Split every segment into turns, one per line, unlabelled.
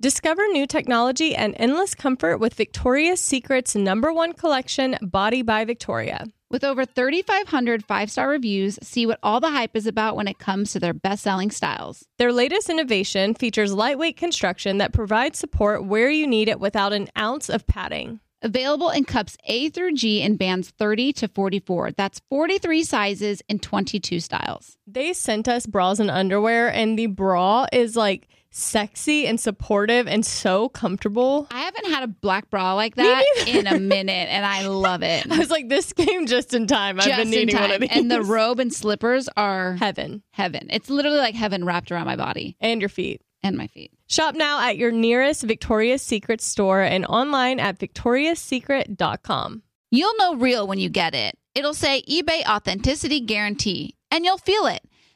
Discover new technology and endless comfort with Victoria's Secret's number one collection, Body by Victoria.
With over 3,500 five star reviews, see what all the hype is about when it comes to their best selling styles.
Their latest innovation features lightweight construction that provides support where you need it without an ounce of padding.
Available in cups A through G in bands 30 to 44. That's 43 sizes and 22 styles.
They sent us bras and underwear, and the bra is like sexy and supportive and so comfortable.
I haven't had a black bra like that in a minute, and I love it.
I was like, this came just in time. I've
Just
been
in
needing one
time.
of these.
And the robe and slippers are
heaven
heaven. It's literally like heaven wrapped around my body
and your feet.
and my feet.
Shop now at your nearest Victoria's Secret store and online at victoriassecret.com.
You'll know real when you get it. It'll say eBay Authenticity Guarantee, and you'll feel it.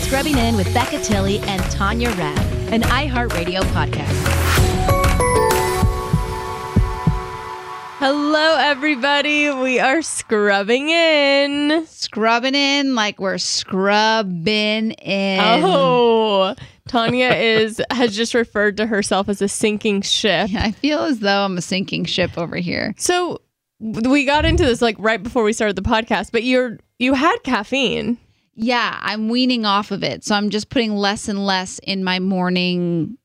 Scrubbing In with Becca Tilly and Tanya Rapp, an iHeartRadio podcast.
Hello, everybody. We are scrubbing in.
Scrubbing in like we're scrubbing in.
Oh, Tanya is has just referred to herself as a sinking ship.
Yeah, I feel as though I'm a sinking ship over here.
So w- we got into this like right before we started the podcast, but you're you had caffeine.
Yeah, I'm weaning off of it. So I'm just putting less and less in my morning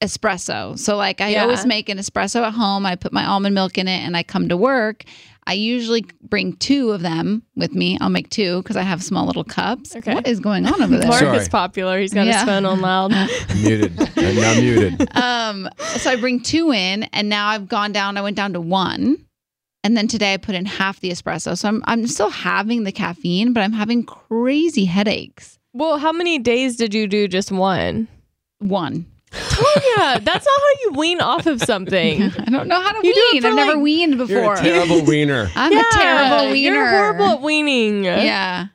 espresso. So, like, I
Yeah.
always make an espresso at home. I put my almond milk in it and I come to work. I usually bring two of them with me. I'll make two because I have small little cups.
Okay.
What is going on over there?
Mark
Sorry.
is popular. He's got
Yeah.
his phone on loud.
muted. I'm now muted.
um, so I bring two in, and now I've gone down. I went down to one, and then today I put in half the espresso. So I'm I'm still having the caffeine, but I'm having crazy headaches.
Well, how many days did you do just one?
One.
Tanya, that's not how you wean off of something.
I don't know how to
You do it
wean.
for,
I've never
like-
weaned
You're
before.
a terrible wiener.
I'm
Yeah,
a terrible wiener.
You're horrible at weaning.
Yeah.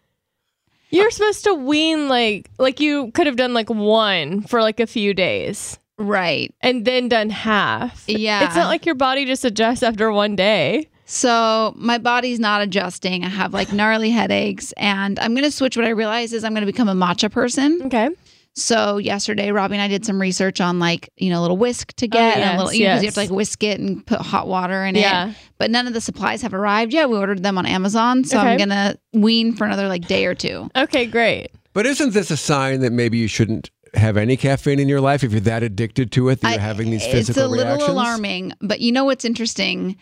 You're supposed to wean like like you could have done like one for like a few days
Right.
and then done half.
Yeah.
It's not like your body just adjusts after one day.
So my body's not adjusting. I have like gnarly headaches, and I'm gonna switch. What I realize is I'm gonna become a matcha person.
Okay.
So yesterday, Robbie and I did some research on like you know a little whisk to get, and
yes,
a little you know 'cause you have to
yes.
like whisk it and put hot water in it.
Yeah.
But none of the supplies have arrived yet. We ordered them on Amazon, so I'm
Okay.
gonna wean for another like day or two.
Okay, great.
But isn't this a sign that maybe you shouldn't have any caffeine in your life if you're that addicted to it that you're
I-
having these physical
It's a little
reactions?
alarming, but you know what's interesting?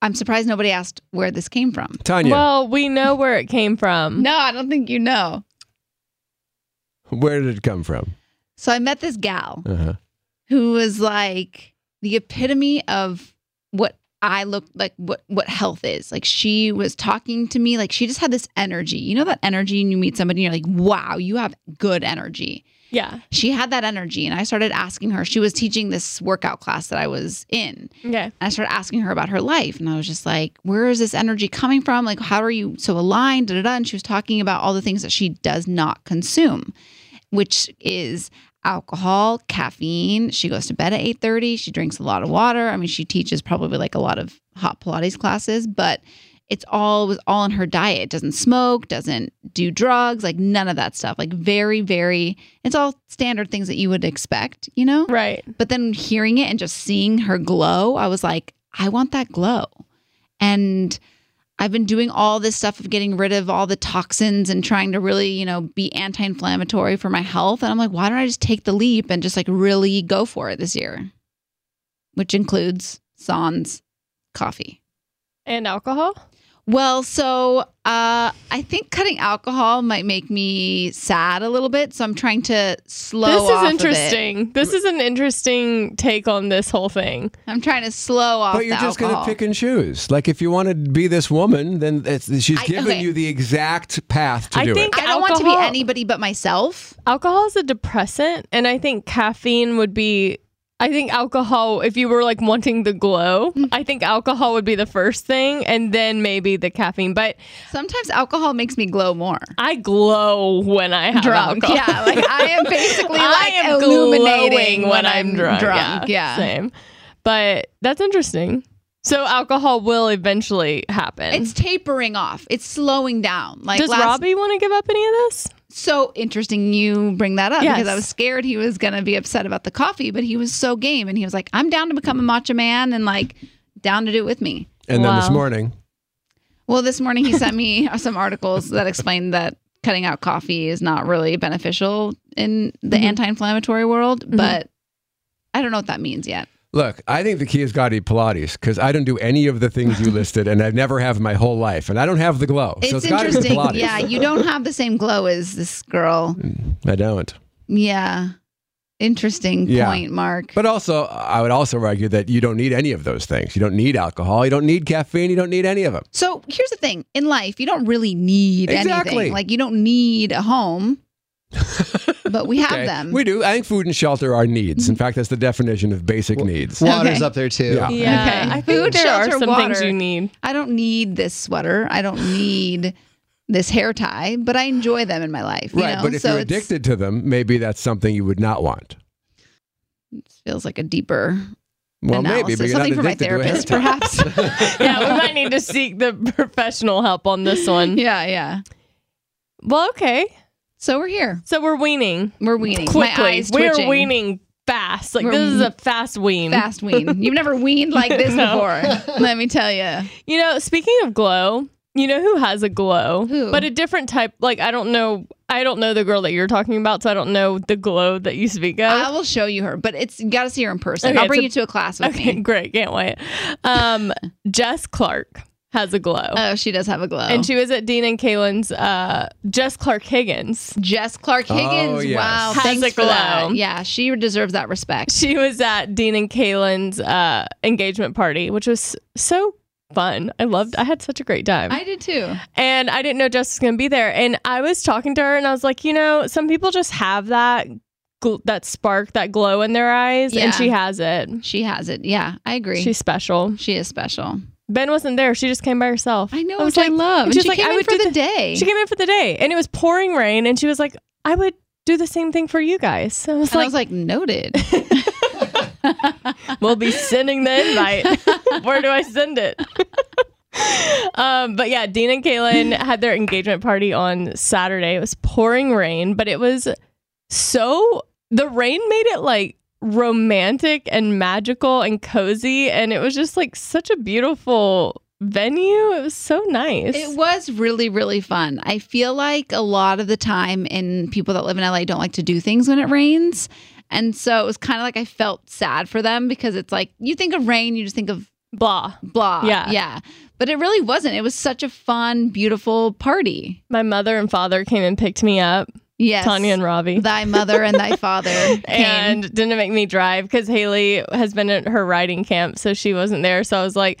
I'm surprised nobody asked where this came from.
Tanya,
Well, we know where it came from.
No, I don't think you know.
where did it come from?
So I met this gal
Uh-huh.
who was like the epitome of what I look like what what health is. Like she was talking to me like she just had this energy. You know that energy and you meet somebody and you're like, "Wow, you have good energy."
Yeah.
She had that energy and I started asking her. She was teaching this workout class that I was in.
Okay.
I started asking her about her life and I was just like, where is this energy coming from? Like, how are you so aligned? Da, da, da. And she was talking about all the things that she does not consume, which is alcohol, caffeine. She goes to bed at 8.30. She drinks a lot of water. I mean, she teaches probably like a lot of hot Pilates classes, but it's all it was all in her diet. Doesn't smoke, doesn't do drugs, like none of that stuff. Like very, very, it's all standard things that you would expect, you know?
Right.
But then hearing it and just seeing her glow, I was like, I want that glow. And I've been doing all this stuff of getting rid of all the toxins and trying to really, you know, be anti inflammatory for my health. And I'm like, why don't I just take the leap and just like really go for it this year? Which includes sans coffee.
and alcohol.
Well, so uh, I think cutting alcohol might make me sad a little bit, so I'm trying to slow.
this
off
is
of it.
interesting. This is an interesting take on this whole thing.
I'm trying to slow off.
But you're
the
just going to
alcohol.
pick and choose. Like if you want to be this woman, then it's, she's
I-
giving
okay.
you the exact path to
I
do
think
it.
I don't want to be
Alcohol-
anybody but myself.
Alcohol is a depressant, and I think caffeine would be. I think alcohol, if you were like wanting the glow, I think alcohol would be the first thing, and then maybe the caffeine. But
Sometimes alcohol makes me glow more.
I glow when I have
Drunk,
alcohol.
yeah. Like I am basically
I
like
am
illuminating
glowing when I'm drunk.
Yeah,
same. But that's interesting. So alcohol will eventually happen.
it's tapering off. It's slowing down. Like
Does
last,
Robbie want to give up any of this?
so interesting you bring that up
Yes.
because I was scared he was going to be upset about the coffee, but he was so game and he was like, I'm down to become a matcha man and like down to do it with me.
And then this
Wow.
morning,
Well, this morning he sent me some articles that explained that cutting out coffee is not really beneficial in the
Mhm.
anti inflammatory world, but I don't know what that means yet.
Look, I think the key has got to be Pilates because I don't do any of the things you listed, and I never have my whole life, and I don't have the glow. so
It's
it's got to be
interesting.
Pilates.
Yeah, you don't have the same glow as this girl.
I don't.
Yeah. Interesting
Yeah.
point, Mark.
But also, I would also argue that you don't need any of those things. You don't need alcohol. You don't need caffeine. You don't need any of them.
So here's the thing in life, you don't really need
Exactly.
anything. Like, you don't need a home, but we have
Okay?
them.
We do. I think food and shelter are needs. In fact, that's the definition of basic needs.
Water's
Okay.
up there too.
Yeah.
Yeah,
Okay.
I think
Food,
there
shelter,
are some things
water.
you need.
I don't need this sweater. I don't need this hair tie, but I enjoy them in my life. you
Right.
know?
but if
so
you're
it's-
addicted to them, maybe that's something you would not want.
feels like a deeper
Well,
analysis.
maybe, but you're
Something
not
for my
addicted to
therapist,
it.
perhaps.
yeah, we might need to seek the professional help on this one.
yeah, yeah.
Well, okay.
So we're here.
So we're weaning.
We're weaning. My
Quickly.
eyes
We're
twitching.
weaning fast. Like
We're
this is
we-
a fast wean.
Fast wean. You've never weaned like this
No.
before. Let me tell you.
You know, speaking of glow, you know who has a glow?
Who?
But a different type like I don't know I don't know the girl that you're talking about, so I don't know the glow that you speak of.
I will show you her, but it's you got to see her in
Oh.
person.
Okay,
I'll bring
it's a-
you to a class with
okay,
me.
great, can't wait. Um Jess Clark has a glow.
Oh, she does have a glow.
And she was at Dean and Kaylin's uh, Jess Clark Higgins.
Jess Clark
Oh,
Higgins.
yes.
Wow,
Has
thanks
a
for that.
glow.
Yeah, she deserves that respect.
She was at Dean and Kaylin's uh, engagement party, which was so fun. I loved. I had such a great time,
I did too.
and I didn't know Jess was going to be there. And I was talking to her, and I was like, you know, some people just have that gl- that spark, that glow in their eyes,
Yeah.
and she has it.
She has it. Yeah, I agree.
She's special.
she is special.
Ben wasn't there. She just came by herself.
I know,
I was
which I
like-
love. And
she's
she
like,
came
I
in
would
for
do
the
the-
day.
She came in for the day, and it was pouring rain, and she was like, I would do the same thing for you guys. I was
and I
like,
was like, noted.
We'll be sending the invite. Where do I send it? um, but yeah, Dean and Kaylin had their engagement party on Saturday. It was pouring rain, but it was so the rain made it like romantic and magical and cozy, and it was just like such a beautiful venue. It was so nice.
it was really, really fun. I feel like a lot of the time in people that live in LA don't like to do things when it rains. And so it was kind of like I felt sad for them because it's like you think of rain, you just think of
Blah.
blah.
Yeah.
Yeah. But it really wasn't. It was such a fun, beautiful party.
My mother and father came and picked me up,
Yes.
Tanya and Robbie.
thy mother and thy father came.
and didn't make me drive because Haley has been at her riding camp, so she wasn't there. So I was like,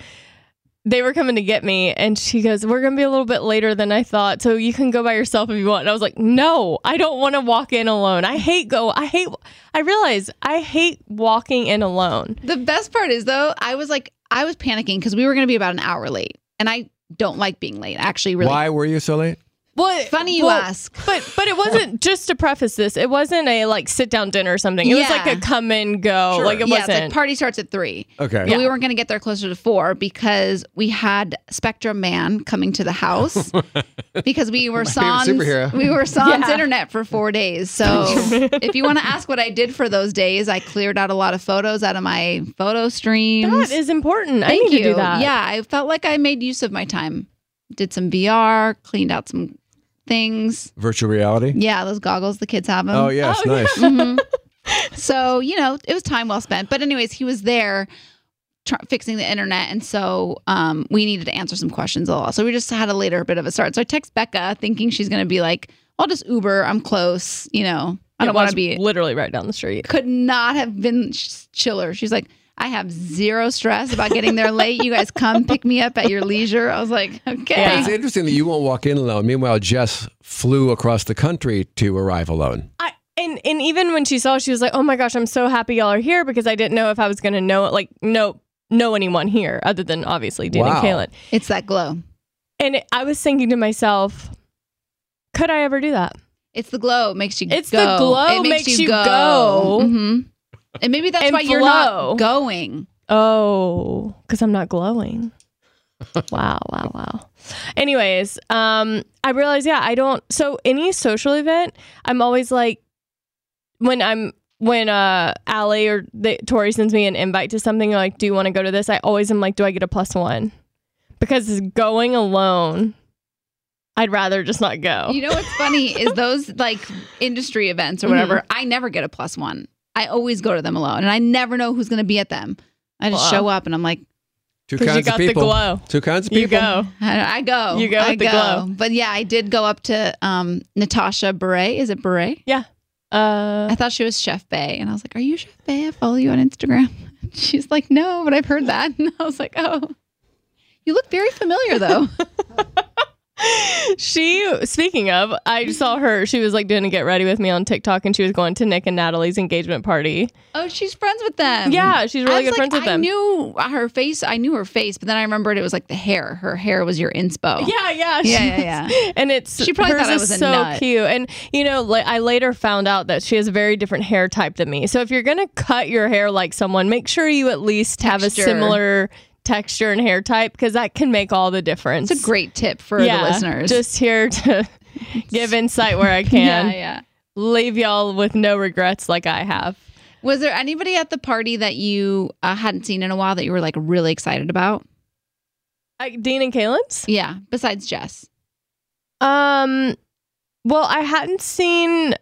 they were coming to get me, and she goes, "We're gonna be a little bit later than I thought, so you can go by yourself if you want." And I was like, "No, I don't want to walk in alone. I hate go. I hate. I realize I hate walking in alone.
The best part is though, I was like, I was panicking because we were going to be about an hour late, and I don't like being late. I actually really
Why were you so late?
Well,
funny you
well,
ask.
But but it wasn't just to preface this. It wasn't a like sit down dinner or something. It was
Yeah.
like a come and go.
Sure.
oh, Like it
yeah, it's
wasn't.
like party starts at three.
Okay.
But we weren't going to get there closer to four because we had Spectrum Man coming to the house because we were sans
superhero.
we were sans
Yeah.
internet for four days. So if you want to ask what I did for those days, I cleared out a lot of photos out of my photo streams.
that is important. I
Thank
need
you.
to do that.
Yeah, I felt like I made use of my time. did some VR, cleaned out some things.
Virtual reality.
Yeah, those goggles the kids have them.
Oh yes,
Oh,
nice.
Mhm. so you know it was time well spent but anyways he was there tr- fixing the internet and so um, we needed to answer some questions a lot so we just had a later bit of a start so i text becca thinking she's going to be like i'll just uber i'm close you know i don't
It
want
was
to be
literally right down the street.
could not have been sh- chiller she's like i have zero stress about getting there late you guys come pick me up at your leisure i was like okay
It's interesting that you won't walk in alone. Meanwhile, Jess flew across the country to arrive alone.
I, and and even when she saw, it, she was like, "Oh my gosh, I'm so happy y'all are here because I didn't know if I was gonna know like know know anyone here other than obviously Dean
Wow.
and Kaylin."
it's that glow
And it, I was thinking to myself, "Could I ever do that?"
it's the glow it makes you
It's the
go.
glow makes you go.
hmm and maybe that's
And
why you're not
flow.
going
Oh, because I'm not glowing. wow, wow, wow. Anyways, um, I realize, yeah, I don't. So any social event, I'm always like, when I'm when uh Allie or the, Tori sends me an invite to something, like, do you want to go to this? I always am like, do I get a plus one? Because going alone, I'd rather just not go.
You know what's funny is those like industry events or whatever,
Mm-hmm.
I never get a plus one. I always go to them alone and I never know who's going to be at them. I just
Wow.
show up and I'm like,
Two
'Cause you
kinds of
got the
people.
glow.
Two kinds of
you
people.
go.
I, I go.
You go
I
with the glow.
But yeah, I did go up to um, Natasha Beret. Is it Beret?
Uh,
I thought she was Chef Bay. And I was like, Are you Chef Bay? I follow you on Instagram. She's like, No, but I've heard that. And I was like, Oh, you look very familiar though.
she speaking of, I
Mm-hmm.
saw her. She was like doing a get ready with me on TikTok, and she was going to Nick and Natalie's engagement party.
oh, she's friends with them.
Yeah, she's really
I
good
was like,
friends with
I
them.
knew her face. I knew her face, but then I remembered it was like the hair. Her hair was your inspo.
yeah, yeah,
Yeah,
she-
yeah, yeah.
And it's
She probably
hers
thought I
is
was a
so
nut.
cute. And you know, like I later found out that she has a very different hair type than me. So if you're gonna cut your hair like someone, make sure you at least have a
Texture.
similar texture and hair type because that can make all the difference.
It's a great tip for the listeners.
Just here to give insight where I can.
yeah, yeah.
Leave y'all with no regrets like I have.
Was there anybody at the party that you uh, hadn't seen in a while that you were like really excited about?
I, Dean and Kalen's?
Yeah, besides Jess.
Um, well, I hadn't seen.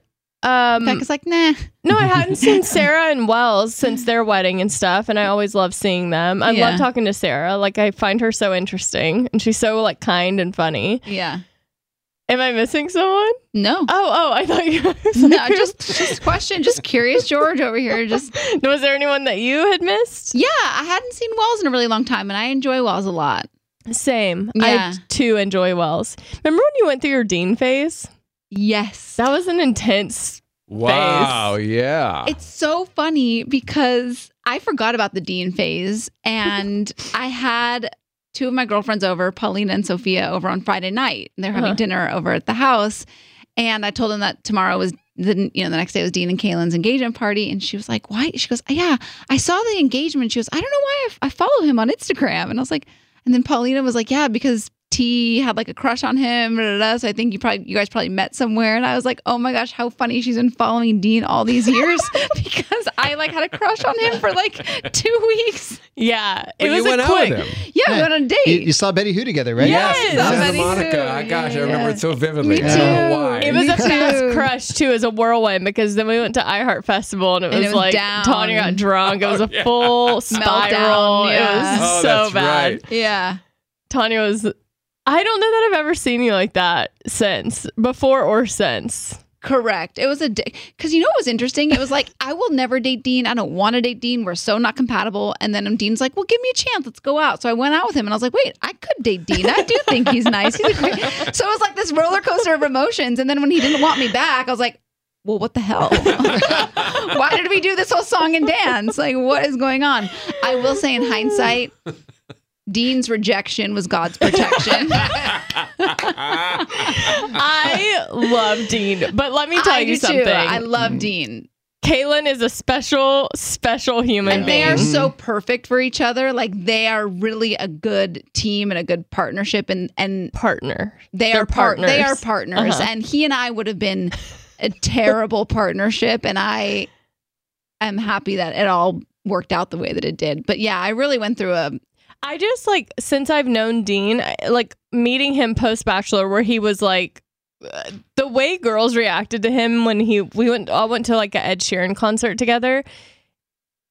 Um,
Becca's like, nah.
no, I hadn't seen Sarah and Wells since their wedding and stuff, and I always love seeing them. I
Yeah.
love talking to Sarah. Like, I find her so interesting, and she's so like kind and funny.
Yeah.
Am I missing someone?
No.
Oh, oh, I thought you. Were
no, just just question, just curious George over here. Just
was there anyone that you had missed?
yeah, I hadn't seen Wells in a really long time, and I enjoy Wells a lot.
Same.
Yeah.
I too enjoy Wells. Remember when you went through your Dean phase?
Yes,
That was an intense.
Wow. Yeah.
It's so funny because I forgot about the Dean phase and I had two of my girlfriends over, Paulina and Sophia, over on Friday night. They're having
Uh-huh.
dinner over at the house. And I told them that tomorrow was the you know, the next day was Dean and Kaylin's engagement party. And she was like, Why? She goes, Yeah, I saw the engagement. She goes, I don't know why I, f- I follow him on Instagram. And I was like, and then Paulina was like, Yeah, because T had like a crush on him. da, da, da. So I think you probably you guys probably met somewhere. And I was like, Oh my gosh, how funny she's been following Dean all these years because I like had a crush on him for like two weeks.
Yeah, it
But
was
you
a
went out
quick.
with him.
Yeah, we went on a date.
You, you saw Betty Who together, right?
Yes.
Santa
Somebody
Monica.
who-
I- gosh,
yeah,
I remember
yeah.
it so vividly.
Me
I don't
too.
know why.
It was
Me
a fast
too.
crush too, as a whirlwind because then we went to iHeart Festival and it was,
And it was
like
down.
Tanya got drunk. It was a full spiral.
yeah.
It was
Oh,
so
that's
bad.
right.
Yeah.
Tanya was. I don't know that I've ever seen you like that since before or since.
Correct. It was a because you know what was interesting. It was like I will never date Dean. I don't want to date Dean. We're so not compatible. And then Dean's like, "Well, give me a chance. Let's go out." So I went out with him, and I was like, "Wait, I could date Dean. I do think he's nice." He's a great. So it was like this roller coaster of emotions. And then when he didn't want me back, I was like, "Well, what the hell? Why did we do this whole song and dance? Like, what is going on?" I will say, in hindsight, Dean's rejection was God's protection.
I love Dean, but let me tell
I
you
do too.
something.
I love Dean.
Kaylin is a special, special human
And they
being.
are so perfect for each other. Like they are really a good team and a good partnership, and and
partner.
they
They're
are part- They are
partners.
partners,
Uh-huh.
and he and I would have been a terrible partnership, and I am happy that it all worked out the way that it did. But yeah, I really went through a
I just like since I've known Dean, I- like meeting him post Bachelor, where he was like uh, the way girls reacted to him when he we went all went to like a Ed Sheeran concert together.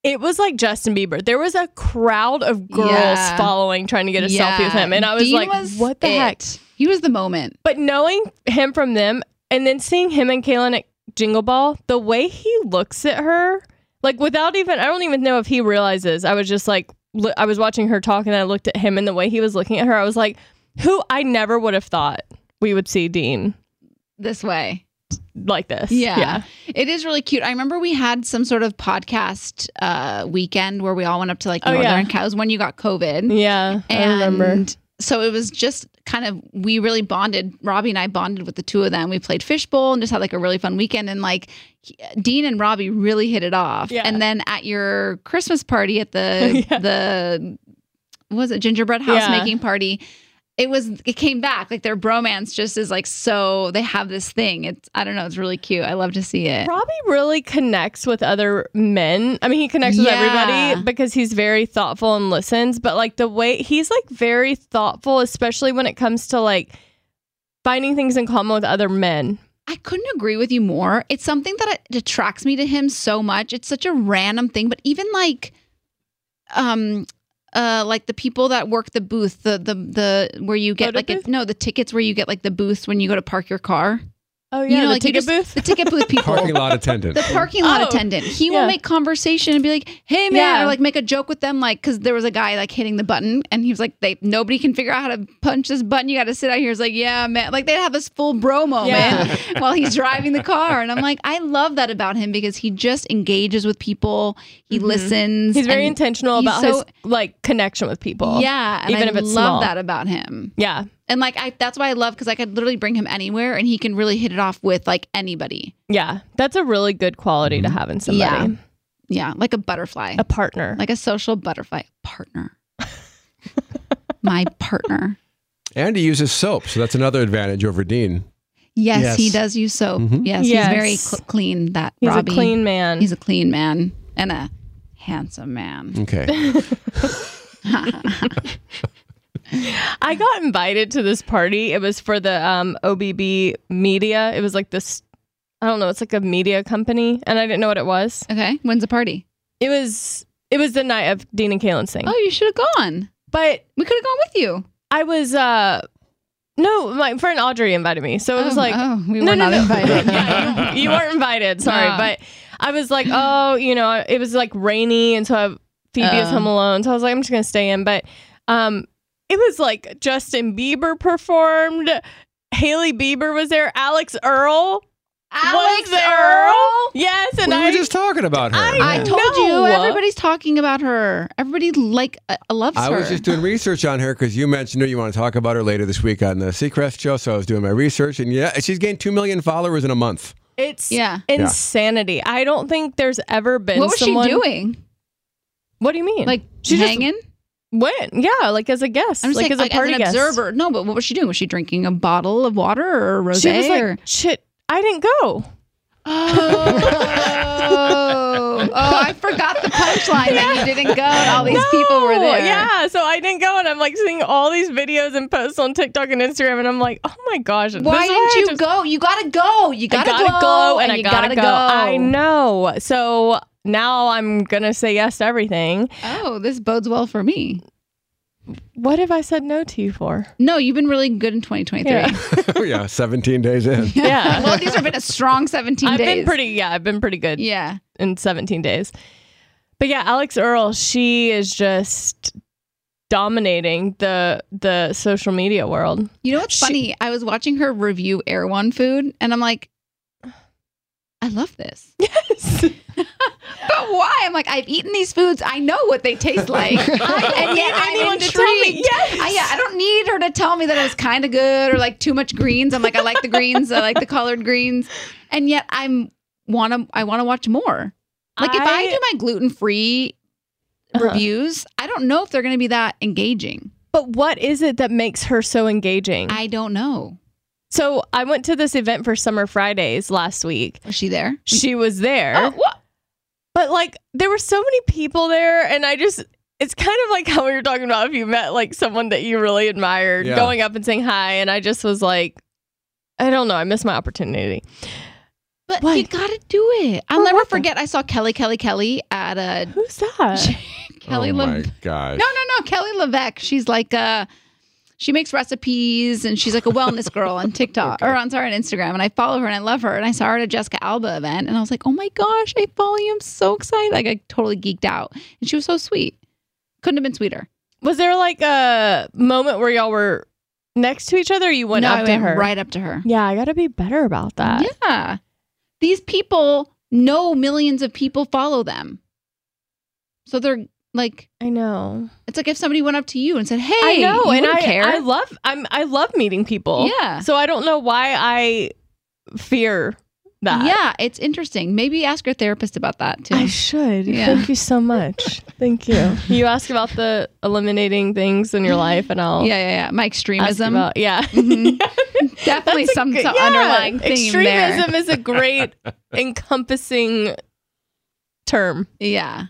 It was like Justin Bieber. There was a crowd of girls
Yeah.
following, trying to get a selfie with him, and I was
Dean
like, "What the
it.
heck?"
He was the moment.
But knowing him from them and then seeing him and Kaylin at Jingle Ball, the way he looks at her, like without even, I don't even know if he realizes. I was just like, lo- I was watching her talk and I looked at him and the way he was looking at her, I was like, who I never would have thought we would see Dean
This way.
like this.
Yeah. It is really cute. I remember we had some sort of podcast uh, weekend where we all went up to like
Oh, yeah.
Northern Cows when you got COVID.
Yeah. Yeah,
and
I remember.
so it was just kind of we really bonded. Robbie and I bonded with the two of them. We played fishbowl and just had like a really fun weekend. And like he- Dean and Robbie really hit it off.
Yeah.
And then at your Christmas party at the
Yeah.
the what was it gingerbread house
Yeah.
making party. It was. It came back. Like their bromance just is like so. They have this thing. It's. I don't know. It's really cute. I love to see it.
Robbie really connects with other men. I mean, he connects with
Yeah.
everybody because he's very thoughtful and listens, but like the way he's like very thoughtful, especially when it comes to like finding things in common with other men.
I couldn't agree with you more. It's something that attracts me to him so much. It's such a random thing, but even like, um, uh, like the people that work the booth, the the the where you get
Photo
like
booth?
a, no the tickets where you get like the booths when you go to park your car.
Oh
You
yeah,
know,
the
like, you
ticket booth.
just- The ticket booth people.
Parking lot attendant.
The parking lot
Oh,
attendant. He
yeah.
will make conversation and be like, "Hey man,"
Yeah.
or like make a joke with them, like because there was a guy like hitting the button, and he was like, "They nobody can figure out how to punch this button. You got to sit out here." He's like, "Yeah, man." Like they'd have this full bro moment
Yeah.
while he's driving the car, and I'm like, I love that about him because he just engages with people. He
Mhm.
listens.
he's very
and-
intentional
he's
about
so-
his like connection with people.
Yeah, and
even
I
if it's small.
love that about him.
yeah,
And like I, that's why I love because I could literally bring him anywhere, and he can really hit it off with like anybody.
yeah. That's a really good quality to have in somebody.
Yeah, like a butterfly.
A partner.
like a social butterfly partner. My partner.
and he uses soap, so that's another advantage over Dean.
Yes,
Yes.
he does use soap.
Mhm.
Yes,
Yes.
he's very cl- clean. That
he's
Robbie.
a clean man.
He's a clean man and a handsome
Mm.
man.
Okay.
I got invited to this party. It was for the um, OBB media. It was like this, I don't know, it's like a media company, and I didn't know what it was.
Okay, when's the party?
It was it was the night of Dean and Kalen's thing,
Oh, you should have gone.
but
We could have gone with you.
I was uh no, my friend Audrey invited me, so it was
oh,
like
oh, we were not invited.
yeah, you, you weren't invited. Sorry,
No.
but I was like, oh, you know, it was like rainy, and so I, Phoebe is
Oh.
home alone. So I was like, I'm just gonna stay in. But um, it was like Justin Bieber performed. Haley Bieber was there. Alex Earl was
Alex
there.
Earl.
Yes, and
we
I
were just talking about her.
I
I
Yeah.
told
No.
you everybody's talking about her. Everybody like uh, loves
I
her.
was just doing research on her because you mentioned her. You want to talk about her later this week on the Seacrest show. So I was doing my research, and yeah, she's gained two million followers in a month.
it's
Yeah.
insanity. I don't think there's ever been.
what was
someone,
she doing?
What do you mean?
Like
She just-
hanging?
went? Yeah, like as a guest,
I'm just
like
saying,
as a
like,
party
as an
guest.
observer. No, but what was she doing? Was she drinking a bottle of water or rosé?
She was
or-
like, shit, I didn't go.
oh, oh, I forgot the punchline that you didn't go and all these people were
No,
there.
Yeah, so I didn't go, and I'm like seeing all these videos and posts on TikTok and Instagram, and I'm like, oh my gosh, this
Why
is
didn't
I
you
just-
go? You gotta go. You
I
gotta,
gotta go, and, I
you
gotta, go. I know. So now I'm gonna say yes to everything.
Oh, this bodes well for me.
What have I said no to you for?
No, you've been really good in 2023.
Yeah.
oh yeah, seventeen days in.
Yeah.
well, these have been a strong 17
I've
days.
been pretty. Yeah, I've been pretty good
Yeah.
in 17 days. But yeah, Alex Earl, she is just dominating the the social media world.
You know what's
She-
funny? I was watching her review Air One food, and I'm like, I love this. But why? I'm like, I've eaten these foods. I know what they taste like. and yet I'm
anyone to tell me.
intrigued.
Yes.
I, yeah, I don't need her to tell me that it was kind of good or like too much greens. I'm like, I like the greens. I like the colored greens. And yet I'm want to. I want to watch more. Like if I
I-
do my gluten free
Uh-huh.
reviews, I don't know if they're going to be that engaging.
But what is it that makes her so engaging?
I don't know.
So I went to this event for Summer Fridays last week.
Was she there?
She was there,
Oh, what?
but like there were so many people there, and I just it's kind of like how we were talking about if you met like someone that you really admired
Yeah.
going up and saying hi and I just was like I don't know, I missed my opportunity.
But
Why?
you gotta do it. I'll
For
never
what the-
forget. I saw Kelly, Kelly, Kelly at a
Who's that?
Kelly.
oh
Lev-
my gosh.
no, no, no. Kelly Levesque. She's like uh she makes recipes and she's like a wellness girl on TikTok or on sorry on Instagram. And I follow her and I love her. And I saw her at a Jessica Alba event and I was like, oh my gosh, I follow you. I'm so excited. Like I totally geeked out. And she was so sweet. Couldn't have been sweeter.
Was there like a moment where y'all were next to each other or you went
no,
up
I
to
went
her?
right up to her.
Yeah, I gotta be better about that.
yeah. These people know millions of people follow them. So they're like
I know.
It's like if somebody went up to you and said, "Hey,
I know,
you
and I
wouldn't care."
I love I'm I love meeting people.
yeah,
So I don't know why I fear that.
yeah, it's interesting. Maybe ask your therapist about that too.
I should.
Yeah.
Thank you so much. Thank you. You ask about the eliminating things in your life, and I'll
yeah, yeah, yeah. My
ask
extremism,
about yeah.
Mhm. definitely
That's a
some,
good-
some
yeah.
underlying theme
Extremism is a great encompassing term.
there. Yeah,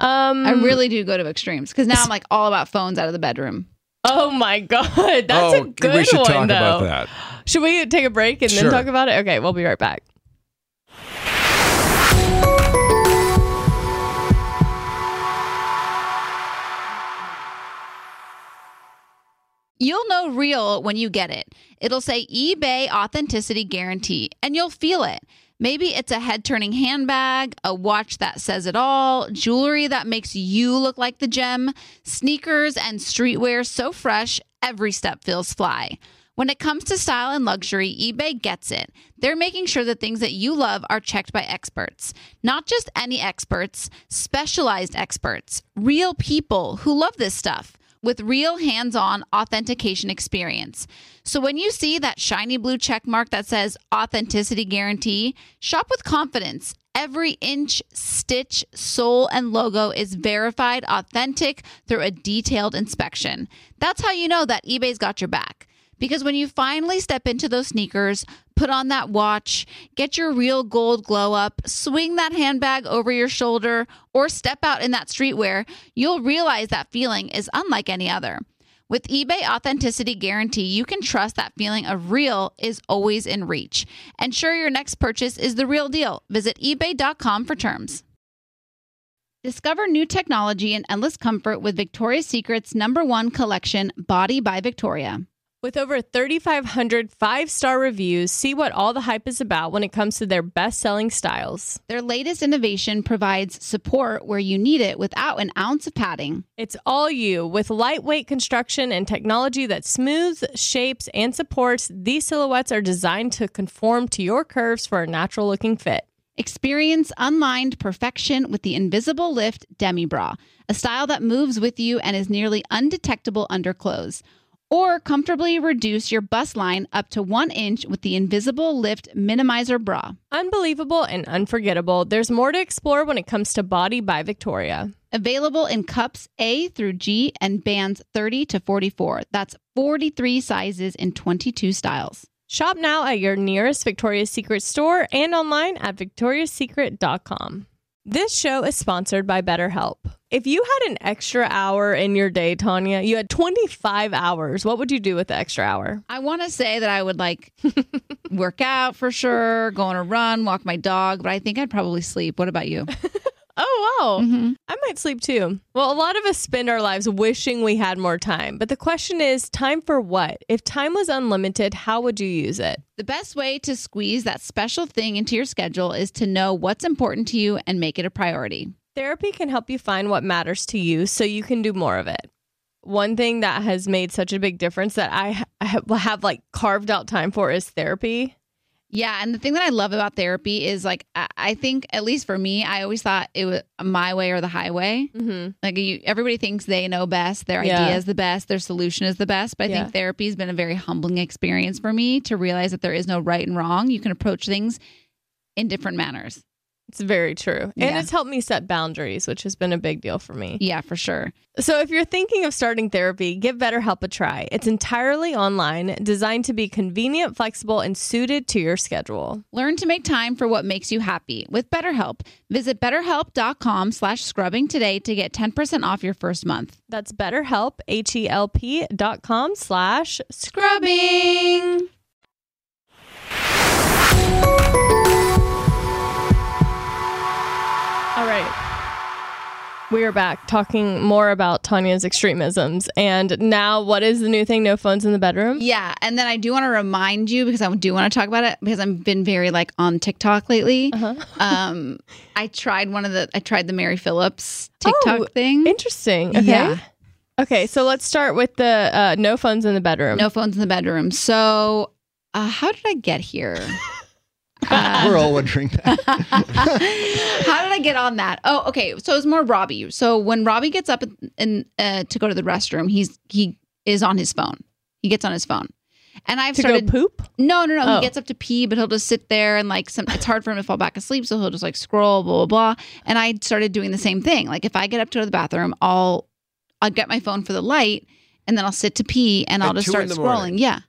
Um,
I really do go to extremes because now I'm like all about phones out of the bedroom.
Oh my god, that's
oh,
a good
we should
one
talk
though.
about that.
Should we take a break and
Sure.
then talk about it? Okay, we'll be right back.
You'll know real when you get it. It'll say eBay Authenticity Guarantee, and you'll feel it. Maybe it's a head turning handbag, a watch that says it all, jewelry that makes you look like the gem, sneakers and streetwear so fresh, every step feels fly. When it comes to style and luxury, eBay gets it. They're making sure the things that you love are checked by experts. Not just any experts, specialized experts, real people who love this stuff with real hands-on authentication experience. So when you see that shiny blue check mark that says authenticity guarantee, shop with confidence. Every inch, stitch, sole, and logo is verified authentic through a detailed inspection. That's how you know that eBay's got your back. Because when you finally step into those sneakers, put on that watch, get your real gold glow up, swing that handbag over your shoulder, or step out in that streetwear, you'll realize that feeling is unlike any other. With eBay Authenticity Guarantee, you can trust that feeling of real is always in reach. Ensure your next purchase is the real deal. Visit eBay.com for terms. Discover new technology and endless comfort with Victoria's Secret's number one collection, Body by Victoria.
With over 3,500 five star reviews, see what all the hype is about when it comes to their best selling styles.
Their latest innovation provides support where you need it without an ounce of padding.
It's all you with lightweight construction and technology that smooths, shapes, and supports. These silhouettes are designed to conform to your curves for a natural looking fit.
Experience unlined perfection with the Invisible Lift Demi Bra, a style that moves with you and is nearly undetectable under clothes. Or comfortably reduce your bust line up to one inch with the Invisible Lift Minimizer Bra.
Unbelievable and unforgettable. There's more to explore when it comes to Body by Victoria.
Available in cups A through G and bands 30 to 44. That's 43 sizes in 22 styles.
Shop now at your nearest Victoria's Secret store and online at victoriassecret.com. This show is sponsored by BetterHelp. If you had an extra hour in your day, Tanya, you had 25 hours, what would you do with the extra hour?
I want to say that I would like work out for sure, go on a run, walk my dog, but I think I'd probably sleep. What about you?
Oh, wow.
Mm-hmm.
I might sleep too. Well, a lot of us spend our lives wishing we had more time. But the question is time for what? If time was unlimited, how would you use it?
The best way to squeeze that special thing into your schedule is to know what's important to you and make it a priority.
Therapy can help you find what matters to you so you can do more of it. One thing that has made such a big difference that I ha- I have, have like carved out time for is therapy.
Yeah, and the thing that I love about therapy is like I, I think at least for me, I always thought it was my way or the highway.
Mm-hmm.
Like you, everybody thinks they know best, their
Yeah.
idea is the best, their solution is the best. But I
Yeah.
think therapy has been a very humbling experience for me to realize that there is no right and wrong. You can approach things in different manners.
It's very true. And
Yeah.
it's helped me set boundaries, which has been a big deal for me.
Yeah, for sure.
So, if you're thinking of starting therapy, give BetterHelp a try. It's entirely online, designed to be convenient, flexible, and suited to your schedule.
Learn to make time for what makes you happy with BetterHelp. Visit betterhelp.com slash scrubbing today to get 10% off your first month.
That's BetterHelp, H E L P dot com slash scrubbing. All right. We are back talking more about Tanya's extremisms. And now, what is the new thing? No phones in the bedroom?
Yeah, and then I do want to remind you because I do want to talk about it because I've been very like on TikTok lately. um, I tried one of the I tried the Mary Phillips TikTok
Oh,
thing.
Interesting. Okay.
Yeah.
Okay, so let's start with the uh, no phones in the bedroom.
No phones in the bedroom. So, uh, how did I get here? Uh,
We're all wondering that.
how did I get on that? Oh, okay. So it's more Robbie. So when Robbie gets up and uh, to go to the restroom, he's he is on his phone. He gets on his phone, and I've
to
started
go poop.
No, no, no.
Oh.
He gets up to pee, but he'll just sit there and like some it's hard for him to fall back asleep, so he'll just like scroll, blah, blah, blah. And I started doing the same thing. Like if I get up to go to the bathroom, I'll I'll get my phone for the light and then I'll sit to pee and I'll
At
just
two
start
in the
scrolling.
morning.
Yeah.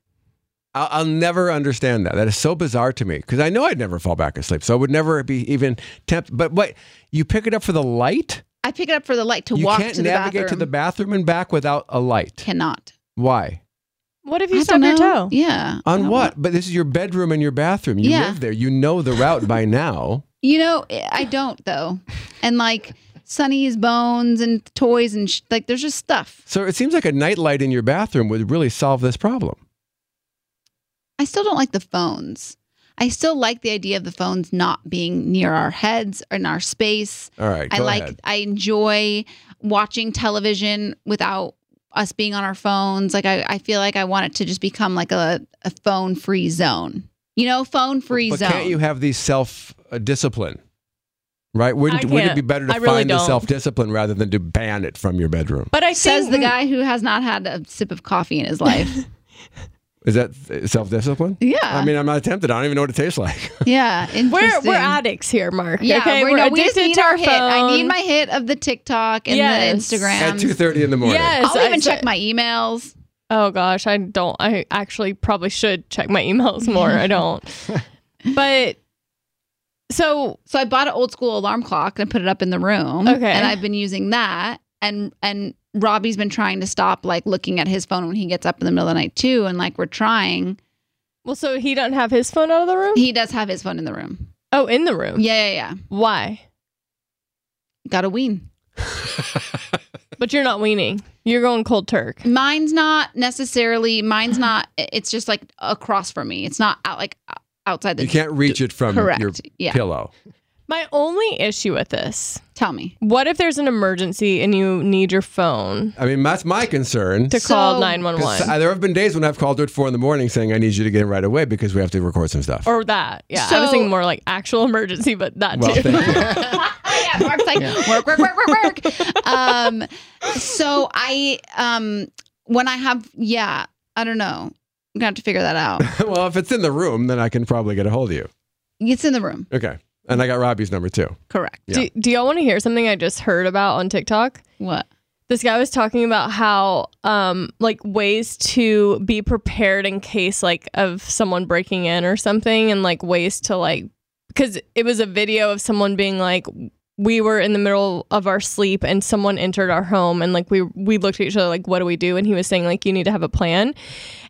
I'll, I'll never understand that. That is so bizarre to me because I know I'd never fall back asleep, so I would never be even tempted. But what you pick it up for the light?
I pick it up for the light to
you
walk
can't
to the
navigate
bathroom.
to the bathroom and back without a light.
Cannot.
Why?
What if
I
you
don't
stub your
know.
toe?
Yeah. I
On
don't
what?
know.
But this is your bedroom and your bathroom. You
Yeah.
live there. You know the route by now.
You know, I don't though. And like Sonny's bones and toys and sh- like there's just stuff.
So it seems like a nightlight in your bathroom would really solve this problem.
I still don't like the phones. I still like the idea of the phones not being near our heads or in our space.
All right,
I
go
like
ahead.
I enjoy watching television without us being on our phones. Like I, I feel like I want it to just become like a, a phone free zone. You know, phone free
But
zone.
can't you have the self uh, discipline? Right? Wouldn't,
I
wouldn't it
can't.
be better to
I really
find the
don't.
self discipline rather than to ban it from your bedroom?
But I
Says
think
the guy who has not had a sip of coffee in his life.
Is that uh, self discipline?
yeah.
I mean, I'm not tempted. I don't even know what it tastes like.
yeah.
We're
Interesting.
we're addicts here, Mark.
Yeah,
okay?
we're,
we're
no, we just
addicted
need
to
our
our
hit.
phone.
I need my hit of the TikTok and
Yes.
the Instagram.
At 2:30 in the morning.
Yes,
I'll even
I-
check my emails.
Oh gosh, I don't. I actually probably should check my emails more. I don't. But so
So I bought an old school alarm clock and put it up in the room.
Okay.
And I've been using that. And and Robbie's been trying to stop like looking at his phone when he gets up in the middle of the night too. And like we're trying.
well, so he doesn't have his phone out of the room.
He does have his phone in the room.
oh, in the room.
Yeah, yeah, yeah.
Why?
Gotta wean.
But you're not weaning. You're going cold turk.
Mine's not necessarily mine's not it's just like across from me. It's not out like o- outside the
You can't reach it from
correct.
your
yeah.
pillow.
My only issue with this:
Tell me.
what if there's an emergency and you need your phone
I mean, that's my concern.
to
So-
call nine one
'Cause
one
I- there have been days when I've called her at four in the morning saying I need you to get in right away because we have to record some stuff.
or that? Yeah, I was
So-
thinking more like actual emergency, but that
well,
too.
thank you.
yeah, Mark's like work, work, work, work, work. Um, so I, um, when I have, yeah, I don't know. I'm gonna have to figure that out.
well, if it's in the room, then I can probably get a hold of you.
It's in the room,
Okay. And I got Robbie's number too.
correct?
Yeah.
Do, do y'all want to hear something I just heard about on TikTok?
What?
This guy was talking about how, um, like ways to be prepared in case like of someone breaking in or something, and like ways to like, because it was a video of someone being like, we were in the middle of our sleep and someone entered our home, and like we we looked at each other like, what do we do? And he was saying like, you need to have a plan,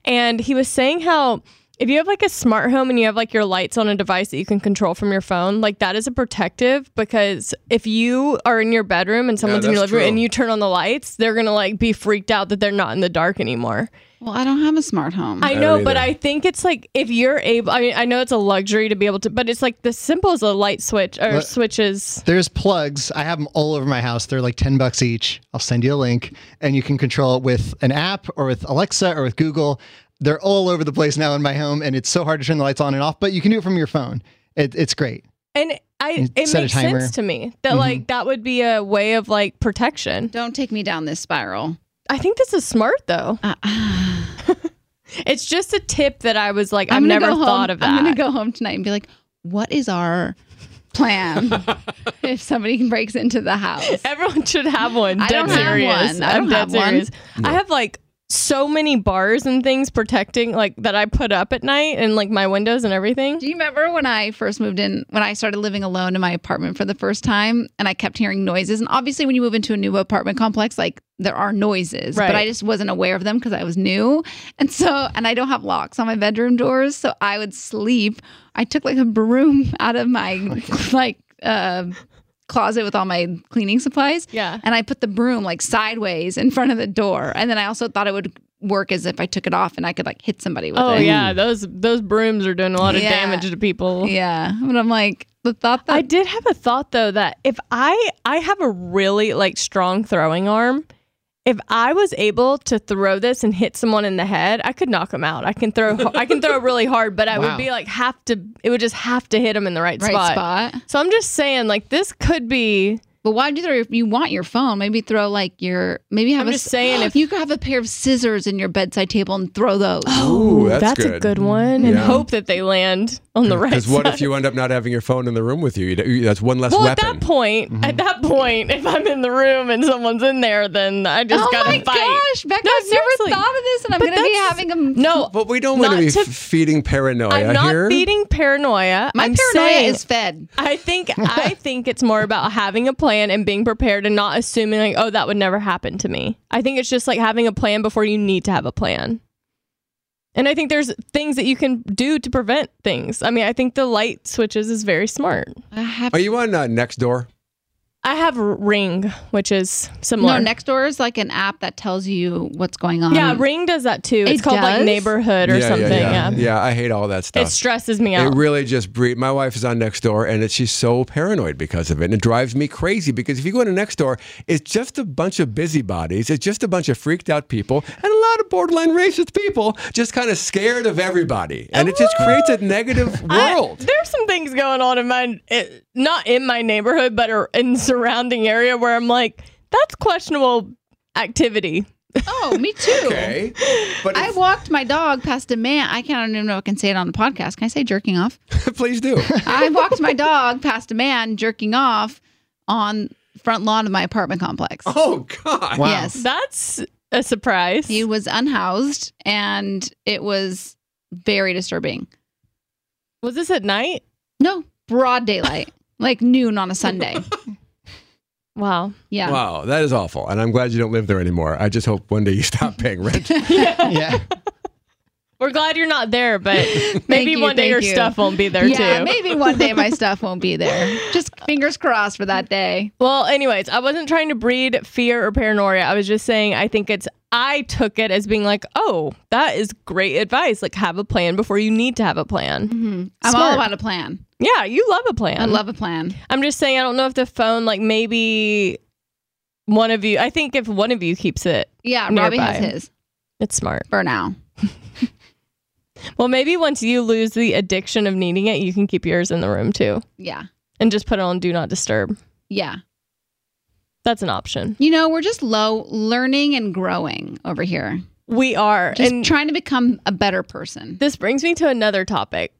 and he was saying how. If you have like a smart home and you have like your lights on a device that you can control from your phone, like that is a protective because if you are in your bedroom and someone's in your
that's
living room and
true.
you turn on the lights, they're gonna like be freaked out that they're not in the dark anymore.
Well, I don't have a smart home.
I
don't
know, but
either.
I think it's like if you're able. I mean, I know it's a luxury to be able to, but it's like the simple as a light switch or
What?
switches.
There's plugs. I have them all over my house. They're like 10 bucks each. I'll send you a link and you can control it with an app or with Alexa or with Google. They're all over the place now in my home and it's so hard to turn the lights on and off, but you can do it from your phone. It, it's great.
And I,
You
it
set a
makes
timer. Mm-hmm.
sense to me that like that would be a way of like protection.
don't take me down this spiral.
I think this is smart though.
Uh, I'm,
It's just a tip that I was like, I've
gonna
never
go home-
thought of that.
I'm gonna go home tonight and be like, what is our plan if somebody breaks into the house.
Everyone should have one.
I
dead
don't have
serious.
one. I don't
am
have
dead
one.
serious. I have like so many bars and things protecting like that I put up at night and like my windows and everything.
Do you remember when I first moved in, when I started living alone in my apartment for the first time and I kept hearing noises? And obviously, when you move into a new apartment complex, like there are noises, but
Right.
I just wasn't aware of them because I was new. And so, and I don't have locks on my bedroom doors. So I would sleep. I took like a broom out of
Oh
my like uh, closet with all my cleaning supplies.
Yeah.
And I put the broom like sideways in front of the door. And then I also thought it would work as if I took it off and I could like hit somebody with
Oh
it.
yeah, those those brooms are doing a lot of
Yeah.
damage to people.
Yeah. But I'm like, the thought that
I did have a thought though that if I I have a really like strong throwing arm, if I was able to throw this and hit someone in the head, I could knock them out. I can throw I can throw really hard, but I
Wow.
would be like have to it would just have to hit them in the right,
right
spot.
spot.
So I'm just saying like this could be
But why do you throw your, you want your phone? Maybe throw like your maybe have
I'm
a
just
s-
saying if-
you could have a pair of scissors in your bedside table and throw those.
Ooh, that's,
a good one and
Yeah.
hope that they land on the right
Because what
side.
if you end up not having your phone in the room with you? You- you- That's one less
well,
weapon.
at that point, at that point, if I'm in the room and someone's in there, then I just
oh
gotta
my
fight.
gosh, Becca,
No,
I've
seriously.
never thought of this, and I'm
But
gonna be
that's-
having a
No,
but we don't want
Not
to be
to-
f- feeding paranoia
I'm not
here.
feeding paranoia.
My
I'm
paranoia
saying-
is fed.
I think I think it's more about having a plan and being prepared and not assuming like, oh, that would never happen to me. I think it's just like having a plan before you need to have a plan. And I think there's things that you can do to prevent things. I mean, I think the light switches is very smart.
I have
Are you on uh, next door?
I have Ring, which is similar.
no next door is like an app that tells you what's going on.
yeah, Ring does that too. It's
Um, It
called like
does?
neighborhood or something.
yeah,
Yeah,
I hate all that stuff.
it stresses me
It
out.
really just breed. My wife is on next door, and it, she's so paranoid because of it. And it drives me crazy because if you go into next door, it's just a bunch of busybodies. It's just a bunch of freaked out people and a lot of borderline racist people, just kind of scared of everybody, and it just creates a negative
I-
world.
there's some things going on in my it, not in my neighborhood, but are in surrounding area where I'm like, that's questionable activity.
Oh, me too.
okay, but
I
if-
walked my dog past a man. I can't I don't even know if I can say it on the podcast. Can I say jerking off?
please do.
I walked my dog past a man jerking off on front lawn of my apartment complex.
Oh God!
Wow.
Yes.
That's a surprise.
He was unhoused and it was very disturbing.
was this at night?
No, broad daylight, like noon on a Sunday.
Wow.
Yeah.
Wow, that is awful. And I'm glad you don't live there anymore. I just hope one day you stop paying rent.
yeah.
We're glad you're not there, but maybe
you,
one day
thank
your
you.
stuff won't be there
Yeah,
too.
maybe one day my stuff won't be there. Just fingers crossed for that day.
Well, anyways, I wasn't trying to breed fear or paranoia. I was just saying I think it's I took it as being like, oh, that is great advice. Like have a plan before you need to have a plan.
I'm all
Smart.
about a plan.
Yeah, you love a plan.
Mm-hmm. I love a plan.
I'm just saying I don't know if the phone like maybe one of you I think if one of you keeps it,
Yeah, Robbie has
Nearby.
his
it's smart.
for now.
Well, maybe once you lose the addiction of needing it, you can keep yours in the room too
Yeah.
and just put it on do not disturb.
Yeah.
That's an option.
You know, we're just low learning and growing over here.
We are
Just
and
trying to become a better person.
this brings me to another topic.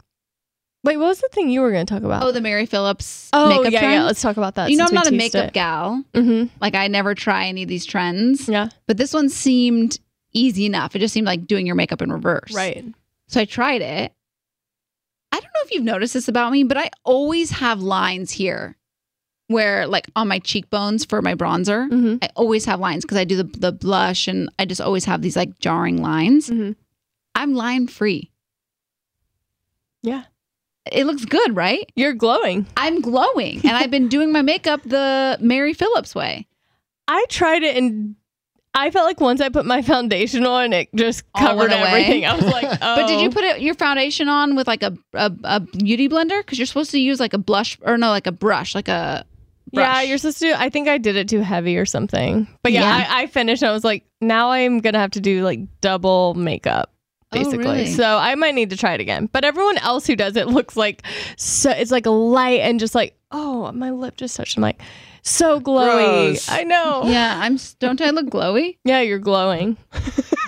Wait, what was the thing you were going to talk about?
Oh, the Mary Phillips
Oh,
makeup
yeah,
trend.
yeah. Let's talk about that.
you know, I'm
since
not a
we Mm-hmm.
makeup gal.
teased it.
Like I never try any of these trends.
Mhm. Yeah.
But this one seemed easy enough. It just seemed like doing your makeup in reverse.
Right.
So I tried it. I don't know if you've noticed this about me, but I always have lines here where like on my cheekbones for my bronzer.
Mm-hmm.
I always have lines because I do the the blush and I just always have these like jarring lines.
Mhm.
I'm line free.
Yeah.
It looks good, right?
You're glowing.
I'm glowing and I've been doing my makeup the Mary Phillips way.
I tried it and I felt like once I put my foundation on, it just
All
covered
went away.
everything. I was like, oh.
But did you put it, your foundation on with like a a, a beauty blender? Because you're supposed to use like a blush or no, like a brush, like a brush.
Yeah, you're supposed to. do- I think I did it too heavy or something. But yeah,
Yeah.
I, I finished. And I was like, now I'm gonna have to do like double makeup,
Oh,
basically.
really?
So I might need to try it again. But everyone else who does it looks like so. It's like light and just like oh, my lip just touched my so glowy.
Gross.
I know. Yeah.
yeah. I'm. s- Don't I look glowy?
you're glowing.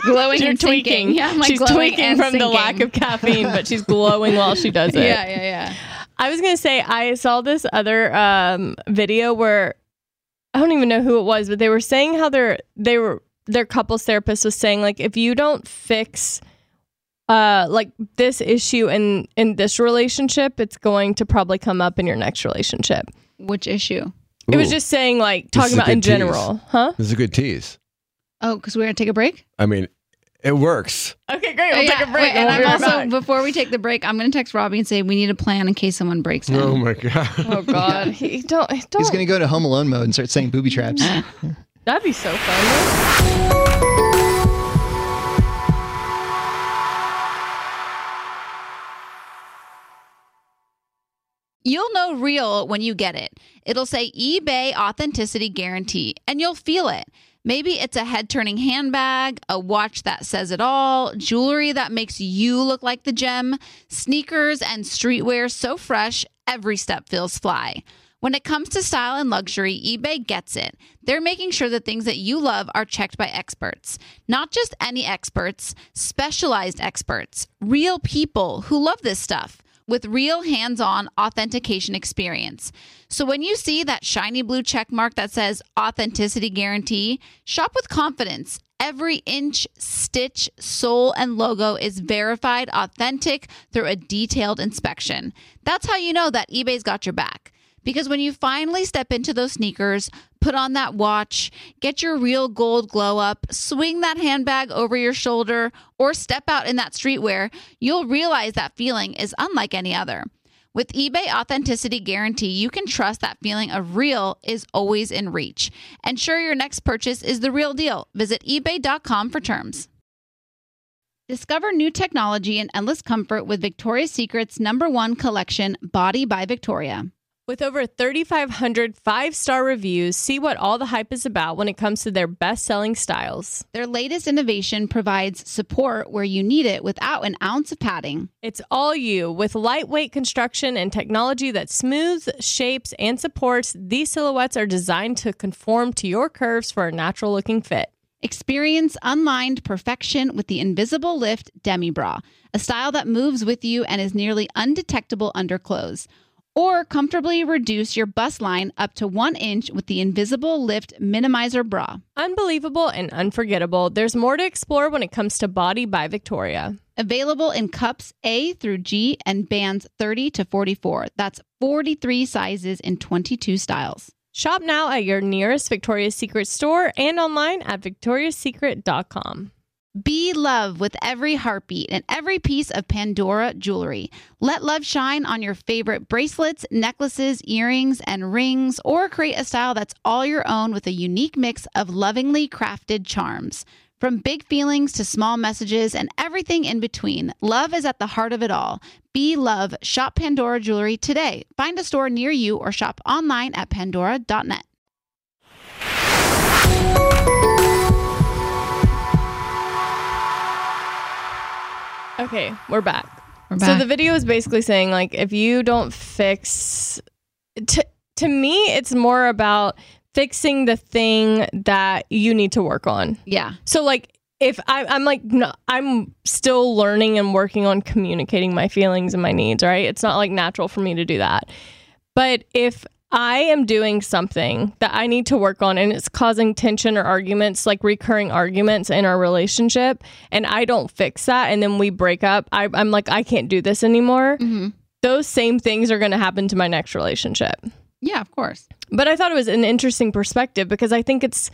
Glowing.
You're
and sinking.
tweaking.
Yeah, I'm like
she's
glowing
tweaking
and
from the lack
sinking.
of caffeine, but she's glowing while she does it.
Yeah, yeah, yeah.
I was gonna say I saw this other um, video where I don't even know who it was, but they were saying how their they were their couples therapist was saying like if you don't fix uh like this issue in in this relationship, it's going to probably come up in your next relationship.
Which issue?
It was just saying like
This is
talking
a
about in
good tease.
general, huh?
This is a good tease.
Oh, because we're gonna take a break.
I mean, it works.
Okay, great. We'll
Oh,
take a
yeah.
break.
Wait, and
we'll be
I'm
right
also
back.
before we take the break, I'm gonna text Robbie and say we need a plan in case someone breaks in.
Oh my god.
Oh God! He, don't don't.
He's going to go to Home Alone mode and start saying booby traps.
That'd be so fun.
You'll know real when you get it. It'll say eBay Authenticity Guarantee, and you'll feel it. Maybe it's a head turning handbag, a watch that says it all, jewelry that makes you look like the gem, sneakers and streetwear so fresh, every step feels fly. When it comes to style and luxury, eBay gets it. They're making sure the things that you love are checked by experts. Not just any experts, specialized experts, real people who love this stuff with real hands-on authentication experience. So when you see that shiny blue check mark that says authenticity guarantee, shop with confidence. Every inch, stitch, sole, and logo is verified authentic through a detailed inspection. That's how you know that eBay's got your back. Because when you finally step into those sneakers, put on that watch, get your real gold glow up, swing that handbag over your shoulder, or step out in that streetwear, you'll realize that feeling is unlike any other. With eBay Authenticity Guarantee, you can trust that feeling of real is always in reach. Ensure your next purchase is the real deal. Visit eBay.com for terms. Discover new technology and endless comfort with Victoria's Secret's number one collection, Body by Victoria.
With over 3,500 five star reviews, see what all the hype is about when it comes to their best selling styles.
Their latest innovation provides support where you need it without an ounce of padding.
It's all you with lightweight construction and technology that smooths, shapes, and supports. These silhouettes are designed to conform to your curves for a natural looking fit.
Experience unlined perfection with the Invisible Lift Demi Bra, a style that moves with you and is nearly undetectable under clothes. Or comfortably reduce your bust line up to one inch with the Invisible Lift Minimizer Bra.
Unbelievable and unforgettable, there's more to explore when it comes to Body by Victoria.
Available in cups A through G and bands 30 to 44. That's 43 sizes in 22 styles.
Shop now at your nearest Victoria's Secret store and online at victoriassecret.com.
Be love with every heartbeat and every piece of Pandora jewelry. Let love shine on your favorite bracelets, necklaces, earrings, and rings, or create a style that's all your own with a unique mix of lovingly crafted charms. From big feelings to small messages and everything in between, love is at the heart of it all. Be love. Shop Pandora jewelry today. Find a store near you or shop online at pandora.net.
Okay, we're back.
We're
So the video is basically saying like if you don't fix to to me it's more about fixing the thing that you need to work on.
yeah.
So like if I, I'm like no, I'm still learning and working on communicating my feelings and my needs, right? It's not like natural for me to do that. But if I am doing something that I need to work on and it's causing tension or arguments, like recurring arguments in our relationship, and I don't fix that and then we break up, I, I'm like, I can't do this anymore.
hmm
Those same things are going to happen to my next relationship.
Yeah, of course.
But I thought it was an interesting perspective because I think it's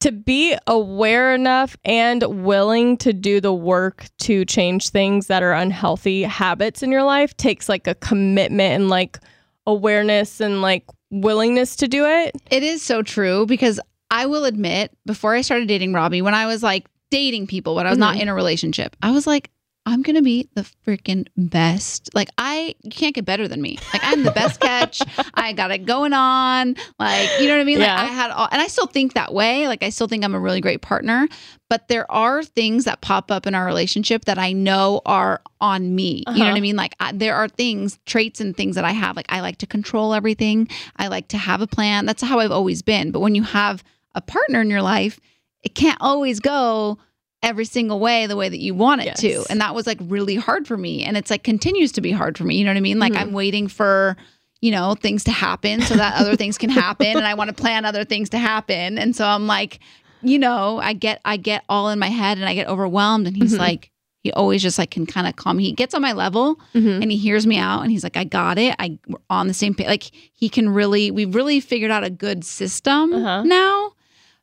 to be aware enough and willing to do the work to change things that are unhealthy habits in your life takes like a commitment and like awareness and like willingness to do it.
It is so true because I will admit, before I started dating Robbie, when I was like dating people, when I was not
Mhm.
in a relationship, I was like, I'm gonna be the freaking best. Like I you can't get better than me. Like I'm the best catch. I got it going on. Like you know what I mean? Like
Yeah.
I had all and I still think that way. Like I still think I'm a really great partner. But there are things that pop up in our relationship that I know are on me. You know
Uh-huh.
what I mean? Like I, there are things, traits, and things that I have. Like I like to control everything. I like to have a plan. That's how I've always been. But when you have a partner in your life, it can't always go every single way the way that you want it to.
Yes.
And that was like really hard for me. And it's like continues to be hard for me. You know what I mean? Like I'm waiting for, you know, things to happen so that other things can happen. And I want to plan other things to happen. And so I'm like, you know, I get I get all in my head and I get overwhelmed. And he's
Mhm.
like, he always just like can kind of calm me. He gets on my level
Mm-hmm.
and he hears me out and he's like, I got it. I we're on the same page. Like he can really, we've really figured out a good system
Uh-huh.
now.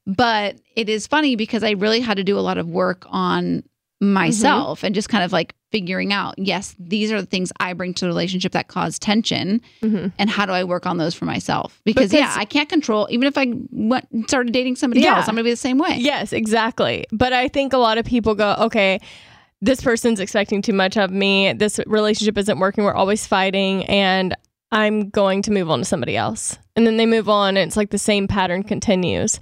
But it is funny because I really had to do a lot of work on myself
Mm-hmm.
and just kind of like figuring out, yes, these are the things I bring to the relationship that cause tension.
Mhm.
And how do I work on those for myself? Because, yeah,
Because-
I can't control, even if I went and started dating somebody
Yeah.
else, I'm going to be the same way.
Yes, exactly. But I think a lot of people go, okay, this person's expecting too much of me. This relationship isn't working. We're always fighting. And I'm going to move on to somebody else. And then they move on, and it's like the same pattern continues.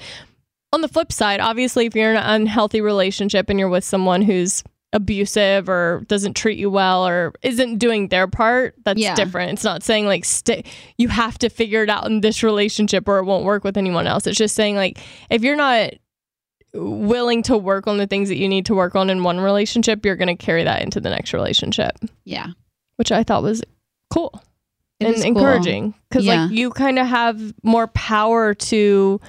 On the flip side, obviously, if you're in an unhealthy relationship and you're with someone who's abusive or doesn't treat you well or isn't doing their part, that's
Yeah.
different. It's not saying like stick you have to figure it out in this relationship or it won't work with anyone else. It's just saying like if you're not willing to work on the things that you need to work on in one relationship, you're going to carry that into the next relationship,
Yeah.
which I thought was cool
It
and
is cool.
encouraging because
Yeah.
like you kind of have more power to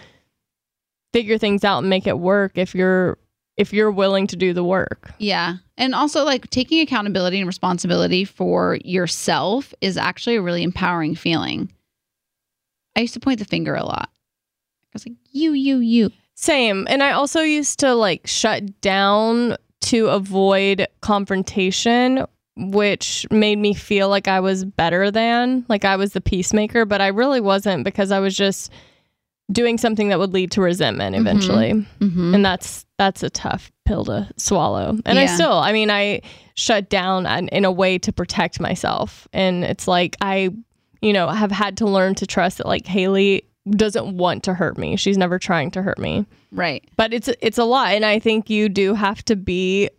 figure things out and make it work if you're if you're willing to do the work.
Yeah. And also, like, taking accountability and responsibility for yourself is actually a really empowering feeling. I used to point the finger a lot. I was like, you, you, you.
Same. And I also used to like shut down to avoid confrontation, which made me feel like I was better than, like I was the peacemaker, but I really wasn't because I was just doing something that would lead to resentment eventually.
Mm-hmm.
And that's that's a tough pill to swallow. And I
Yeah.
still, I mean, I shut down and in a way to protect myself. And it's like I, you know, have had to learn to trust that like Haley doesn't want to hurt me. She's never trying to hurt me
Right.
but it's it's a lot and i think you do have to be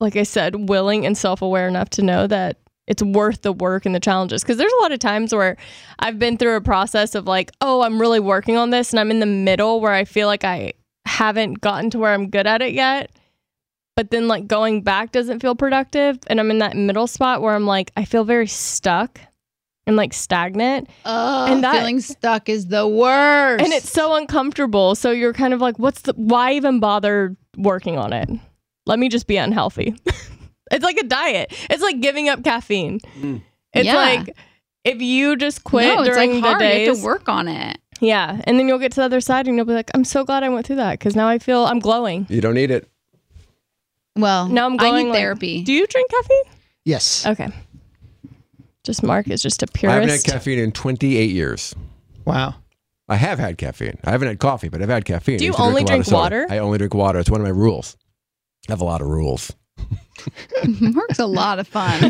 like i said willing and self-aware enough to know that it's worth the work and the challenges because there's a lot of times where i've been through a process of like oh i'm really working on this and i'm in the middle where i feel like i haven't gotten to where i'm good at it yet but then like going back doesn't feel productive and i'm in that middle spot where i'm like i feel very stuck and like stagnant
Oh,
And that-
feeling stuck is the worst.
and it's so uncomfortable so you're kind of like what's the why even bother working on it let me just be unhealthy it's like a diet it's like giving up caffeine
Mm.
it's
Yeah.
like if you just quit
no, it's
during
like
the
hard. You have
days
to work on it.
yeah and then you'll get to the other side and you'll be like i'm so glad i went through that because now i feel i'm glowing
You don't need it.
Well,
now i'm
I
glowing
need
like-
therapy.
do you drink caffeine
Yes.
okay just mark is just a
I haven't had
purist
caffeine in 28 years.
Wow.
I have had caffeine. I haven't had coffee, but I've had caffeine.
Do
I
you
used to
only
a lot
drink
of soda.
water?
I only drink water. It's one of my rules. I have a lot of rules.
Work's a lot of fun.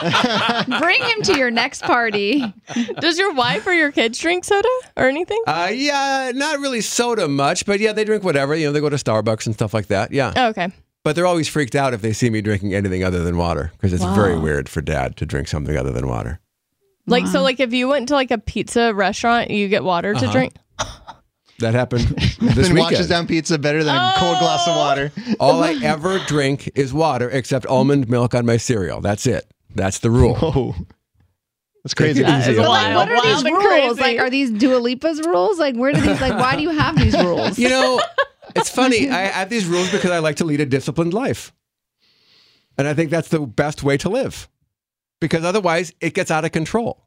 Bring him to your next party.
does your wife or your kids drink soda or anything
Uh, yeah, not really soda much, but yeah, they drink whatever. You know, they go to Starbucks and stuff like that. Yeah.
oh, okay
But they're always freaked out if they see me drinking anything other than water because it's very
Wow.
weird for dad to drink something other than water.
Like so, like if you went to like a pizza restaurant, you get water to
Uh-huh.
drink.
That happened this
then
weekend.
watches down pizza better than a cold glass of water.
All I ever drink is water except almond milk on my cereal. That's it. That's the rule.
Whoa. That's crazy.
Take it easy.
But
Wild,
like, what are these
wild and
rules?
crazy.
Like, are these Dua Lipa's rules? Like, where do these? Like, why do you have these rules?
You know, it's funny. I have these rules because I like to lead a disciplined life. And I think that's the best way to live because otherwise it gets out of control.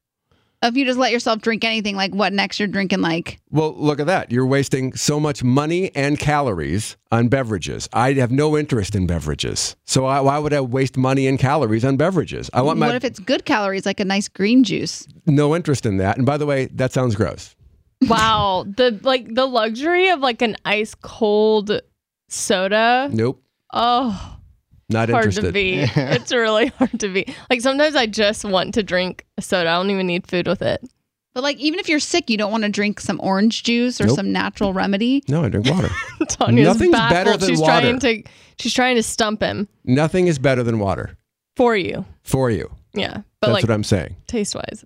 If you just let yourself drink anything, like, what next? You're drinking like
Well, look at that. You're wasting so much money and calories on beverages. I have no interest in beverages. So I, why would I waste money and calories on beverages? I want
what,
my
if it's good calories, like a nice green juice?
no interest in that. And by the way, that sounds gross.
Wow, the like the luxury of like an ice cold soda.
Nope.
Oh,
Not
hard
interested.
to beat. it's really hard to beat. Like sometimes I just want to drink a soda. I don't even need food with it.
But like, even if you're sick, you don't want to drink some orange juice or
Nope.
some natural remedy.
No, I drink water.
Tanya's
Nothing's
baffled.
better than
she's
water.
trying to she's trying to stump him
Nothing is better than water
for you.
for you.
Yeah, but
That's
like
what I'm saying.
taste wise,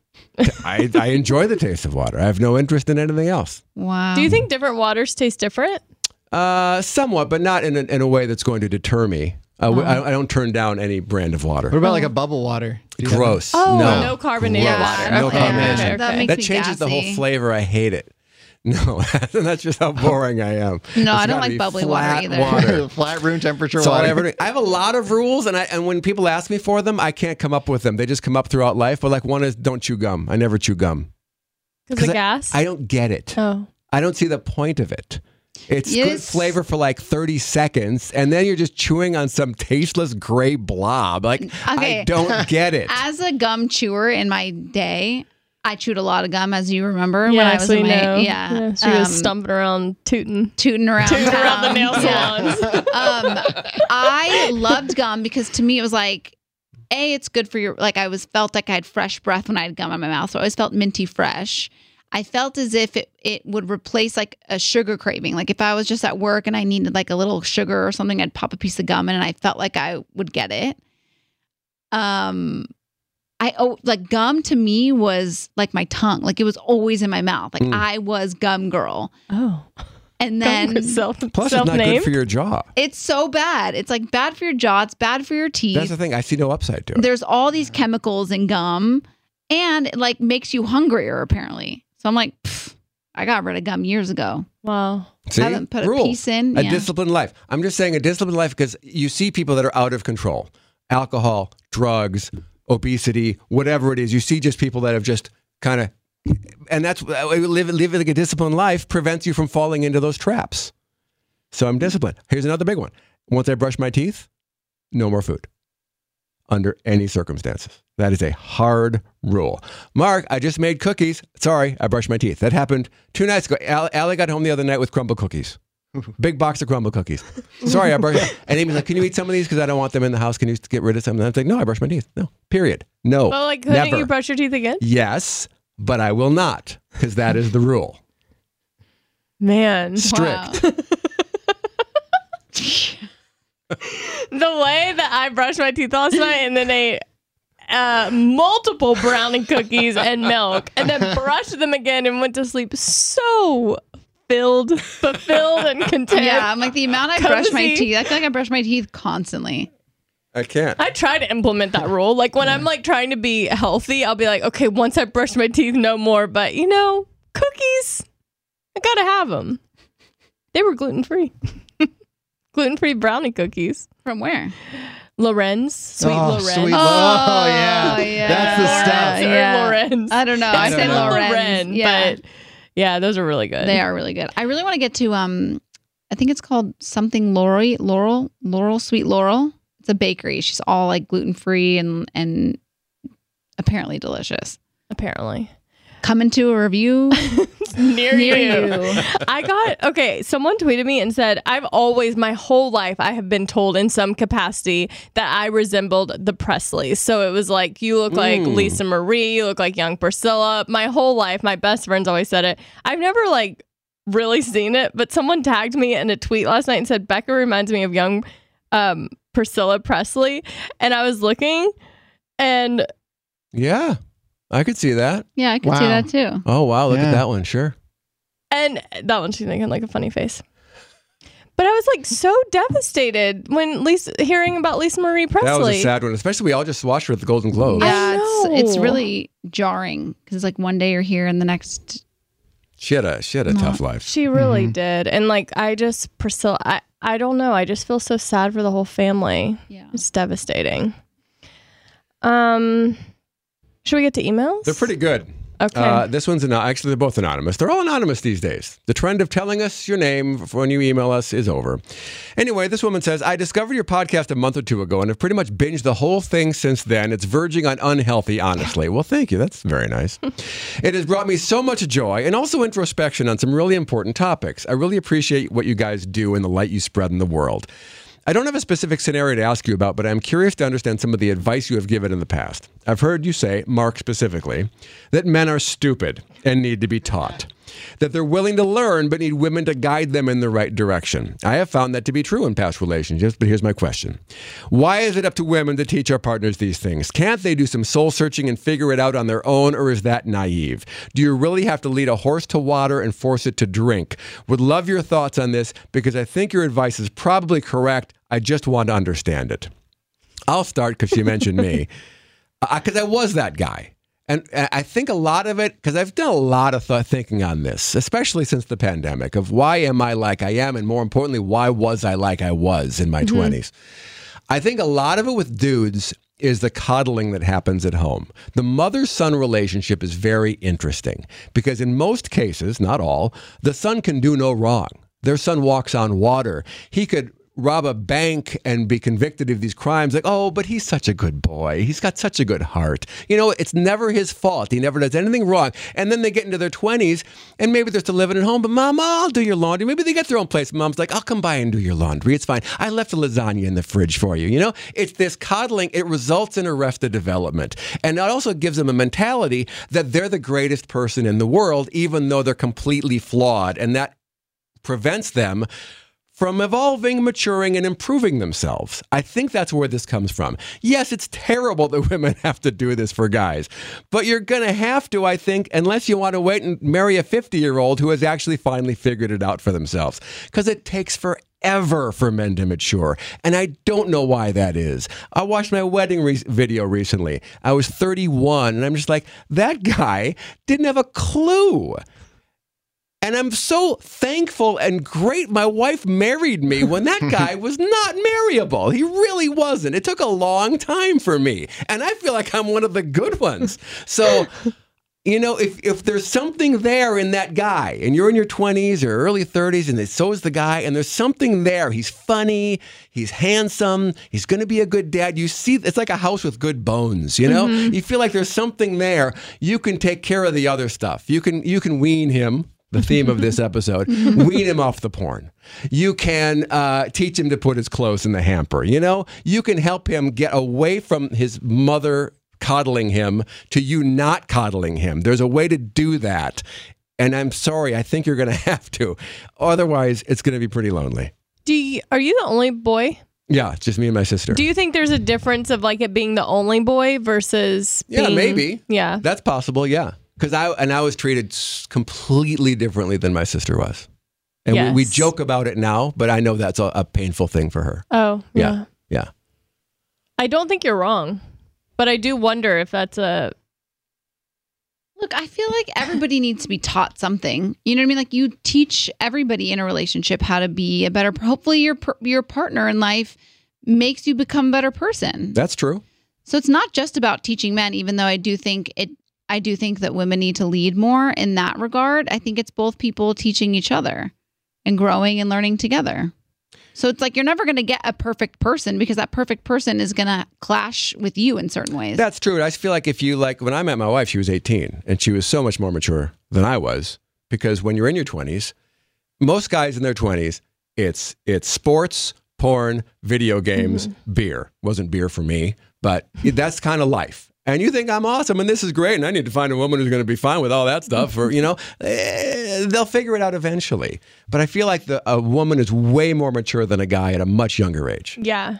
I, I enjoy the taste of water. I have no interest in anything else.
Wow.
do you think different waters taste different?
Uh, somewhat, but not in a, in a way that's going to deter me. Uh, w I, I don't turn down any brand of water.
Uh-huh. What about like a bubble water? Do you have
Gross.
Oh,
no.
no carbonated
Gross.
water.
No
Okay.
combination.
Yeah,
That
okay.
makes
that
me
changes the whole
gassy.
flavor. I hate it. No, that's just
Oh.
how boring I am.
No, I don't
gotta
like
be
bubbly water
flat
either.
that?
water.
Flat room temperature
So
water.
I, ever, I have a lot of rules, and I and when people ask me for them, I can't come up with them. They just come up throughout life. But like one is don't chew gum. I never chew gum.
Because
I-
of gas.
I don't get it.
oh.
I don't see the point of it. It's good
Yes.
flavor for like 30 seconds, and then you're just chewing on some tasteless gray blob. Like I
Okay.
don't get it.
As a gum chewer in my day, I chewed a lot of gum, as you remember when I was
so
in
you
my
know.
yeah,
she was
um,
stumping around tooting.
tooting around,
Tooting around the
town.
nail
Yeah.
salons.
um, I loved gum because to me it was like, a, it's good for your like. I was felt like I had fresh breath when I had gum in my mouth, so I always felt minty fresh. I felt as if it, it would replace like a sugar craving. Like if I was just at work and I needed like a little sugar or something, I'd pop a piece of gum in and I felt like I would get it. Um, I oh like gum to me was like my tongue. Like it was always in my mouth. Like
Mm.
I was gum girl.
Oh.
And then
self,
Plus, it's not good
self-named.
for your jaw.
it's so bad. It's like bad for your jaw. It's bad for your teeth.
That's the thing. I see no upside to it.
There's all these chemicals in gum, and it like makes you hungrier apparently. So I'm like, "Pff, I got rid of gum years ago.
Wow.
See?
I haven't put
Rule.
a piece in.
A
yeah.
disciplined life. I'm just saying a disciplined life because you see people that are out of control alcohol, drugs, obesity, whatever it is. You see just people that have just kind of, and that's uh, living, living like a disciplined life prevents you from falling into those traps. So I'm disciplined. Here's another big one. Once I brush my teeth, no more food under any circumstances. That is a hard rule. Mark, I just made cookies. Sorry, I brushed my teeth. That happened two nights ago. Al- Allie got home the other night with crumble cookies. Big box of crumble cookies. Sorry, I brushed. And Amy's like, "Can you eat some of these? Because I don't want them in the house. Can you get rid of some?" And I'm like, "No, I brushed my teeth. No, period. No,
Well, like, couldn't
never.
you brush your teeth again?
yes, but I will not because that is the rule.
Man.
Wow.
Strict.
the way that I brushed my teeth last night and then ate uh, multiple brownie cookies and milk, and then brushed them again and went to sleep so filled, fulfilled, and content.
yeah, I'm like the amount I brush my
Cozy.
teeth. I feel like I brush my teeth constantly.
I can't.
I try to implement that rule. Like when I'm like trying to be healthy, I'll be like, okay, once I brush my teeth, no more. But you know, cookies, I gotta have them. They were gluten free, gluten free brownie cookies.
From where?
Lorenz, sweet
oh,
Lorenz.
sweet
Oh,
love. Oh, yeah.
yeah.
That's the stuff.
Lorenz or
Yeah.
Lorenz.
I don't know. I,
I don't
say
know.
Lorenz.
Loren,
yeah,
but yeah, those are really good.
they are really good. I really want to get to um, I think it's called something Lori Laurel Laurel Sweet Laurel. It's a bakery. She's all like gluten free and and apparently delicious.
apparently
coming to a review
near,
near
you.
you.
I got okay. Someone tweeted me and said, "I've always, my whole life, I have been told in some capacity that I resembled the Presleys." So it was like, "You look like
Mm.
Lisa Marie. You look like young Priscilla." My whole life, my best friends always said it. I've never like really seen it, but someone tagged me in a tweet last night and said, "Becca reminds me of young um, Priscilla Presley," and I was looking. And
Yeah, I could see that.
Yeah, I could see
Wow.
that too.
Oh wow, look at
Yeah.
that one. Sure.
And that one she's making like a funny face. But I was like so devastated when Lisa hearing about Lisa Marie Presley.
That was a sad one, especially we all just watched her at the Golden Globes.
Yeah.
Yeah, it's, it's
know.
really jarring because it's like one day you're here and the next.
She had a she had a
Mm-hmm.
tough life.
she really
Mm-hmm.
Mhm.
did. And like I just Priscilla I, I don't know. I just feel so sad for the whole family.
Yeah.
It's devastating. Um should we get to emails?
They're pretty good.
Okay.
Uh, this one's an, actually they're both anonymous. They're all anonymous these days. The trend of telling us your name f- when you email us is over. Anyway, this woman says, "I discovered your podcast a month or two ago and have pretty much binged the whole thing since then. It's verging on unhealthy, honestly." Well, thank you. That's very nice. it has brought me so much joy and also introspection on some really important topics. I really appreciate what you guys do and the light you spread in the world. I don't have a specific scenario to ask you about, but I'm curious to understand some of the advice you have given in the past. I've heard you say, Mark specifically, that men are stupid and need to be taught. that they're willing to learn but need women to guide them in the right direction. I have found that to be true in past relationships, but here's my question Why is it up to women to teach our partners these things? Can't they do some soul searching and figure it out on their own, or is that naive? Do you really have to lead a horse to water and force it to drink? Would love your thoughts on this because I think your advice is probably correct. I just want to understand it. I'll start because she mentioned me. Because I was that guy. And and I think a lot of it, because I've done a lot of thought thinking on this, especially since the pandemic, of why am I like I am? And more importantly, why was I like I was in my 20s? I think a lot of it with dudes is the coddling that happens at home. The mother son relationship is very interesting because, in most cases, not all, the son can do no wrong. Their son walks on water. He could rob a bank and be convicted of these crimes like oh but he's such a good boy he's got such a good heart you know it's never his fault he never does anything wrong and then they get into their 20s and maybe they're still living at home but mom i'll do your laundry maybe they get their own place mom's like i'll come by and do your laundry it's fine i left a lasagna in the fridge for you you know it's this coddling it results in arrested development and it also gives them a mentality that they're the greatest person in the world even though they're completely flawed and that prevents them from evolving, maturing, and improving themselves. I think that's where this comes from. Yes, it's terrible that women have to do this for guys, but you're going to have to, I think, unless you want to wait and marry a 50 year old who has actually finally figured it out for themselves, because it takes forever ever for men to mature. And I don't know why that is. I watched my wedding re- video recently. I was 31, and I'm just like, that guy didn't have a clue. And I'm so thankful and great my wife married me when that guy was not marryable. He really wasn't. It took a long time for me. And I feel like I'm one of the good ones. So, you know, if, if there's something there in that guy, and you're in your 20s or early 30s, and so is the guy, and there's something there. He's funny, he's handsome, he's going to be a good dad. You see, it's like a house with good bones, you know? You feel like there's something there. You can take care of the other stuff. You can you can wean him the theme of this episode. wean him off the porn. You can uh, teach him to put his clothes in the hamper. You know, you can help him get away from his mother coddling him to you not coddling him. There's a way to do that. And I'm sorry, I think you're going to have to. Otherwise, it's going to be pretty lonely.
Do you, are you the only boy?
Yeah, it's just me and my sister.
Do you think there's a difference of like it being the only boy versus
Yeah,
being-
maybe.
Yeah.
That's possible, yeah. Because I and I was treated s- completely differently than my sister was, and we, we
Yes.
joke about it now. But I know that's a, a painful thing for her.
Oh,
Yeah.
yeah.
Yeah.
I don't think you're wrong, but I do wonder if that's a
Look, I feel like everybody needs to be taught something. You know what I mean? Like you teach everybody in a relationship how to be a better. Hopefully, your per- your partner in life makes you become a better person.
That's true.
So it's not just about teaching men, even though I do think it. I do think that women need to lead more in that regard. I think it's both people teaching each other and growing and learning together. So it's like you're never going to get a perfect person because that perfect person is going to clash with you in certain ways.
That's true. And I feel like if you like when I met my wife, she was 18 and she was so much more mature than I was because when you're in your 20s, most guys in their 20s, it's it's sports, porn, video games, beer. Wasn't beer for me, but that's kind of life. And you think I'm awesome and this is great and I need to find a woman who's going to be fine with all that stuff or you know, eh, they'll figure it out eventually. But I feel like the, a woman is way more mature than a guy at a much younger age.
yeah.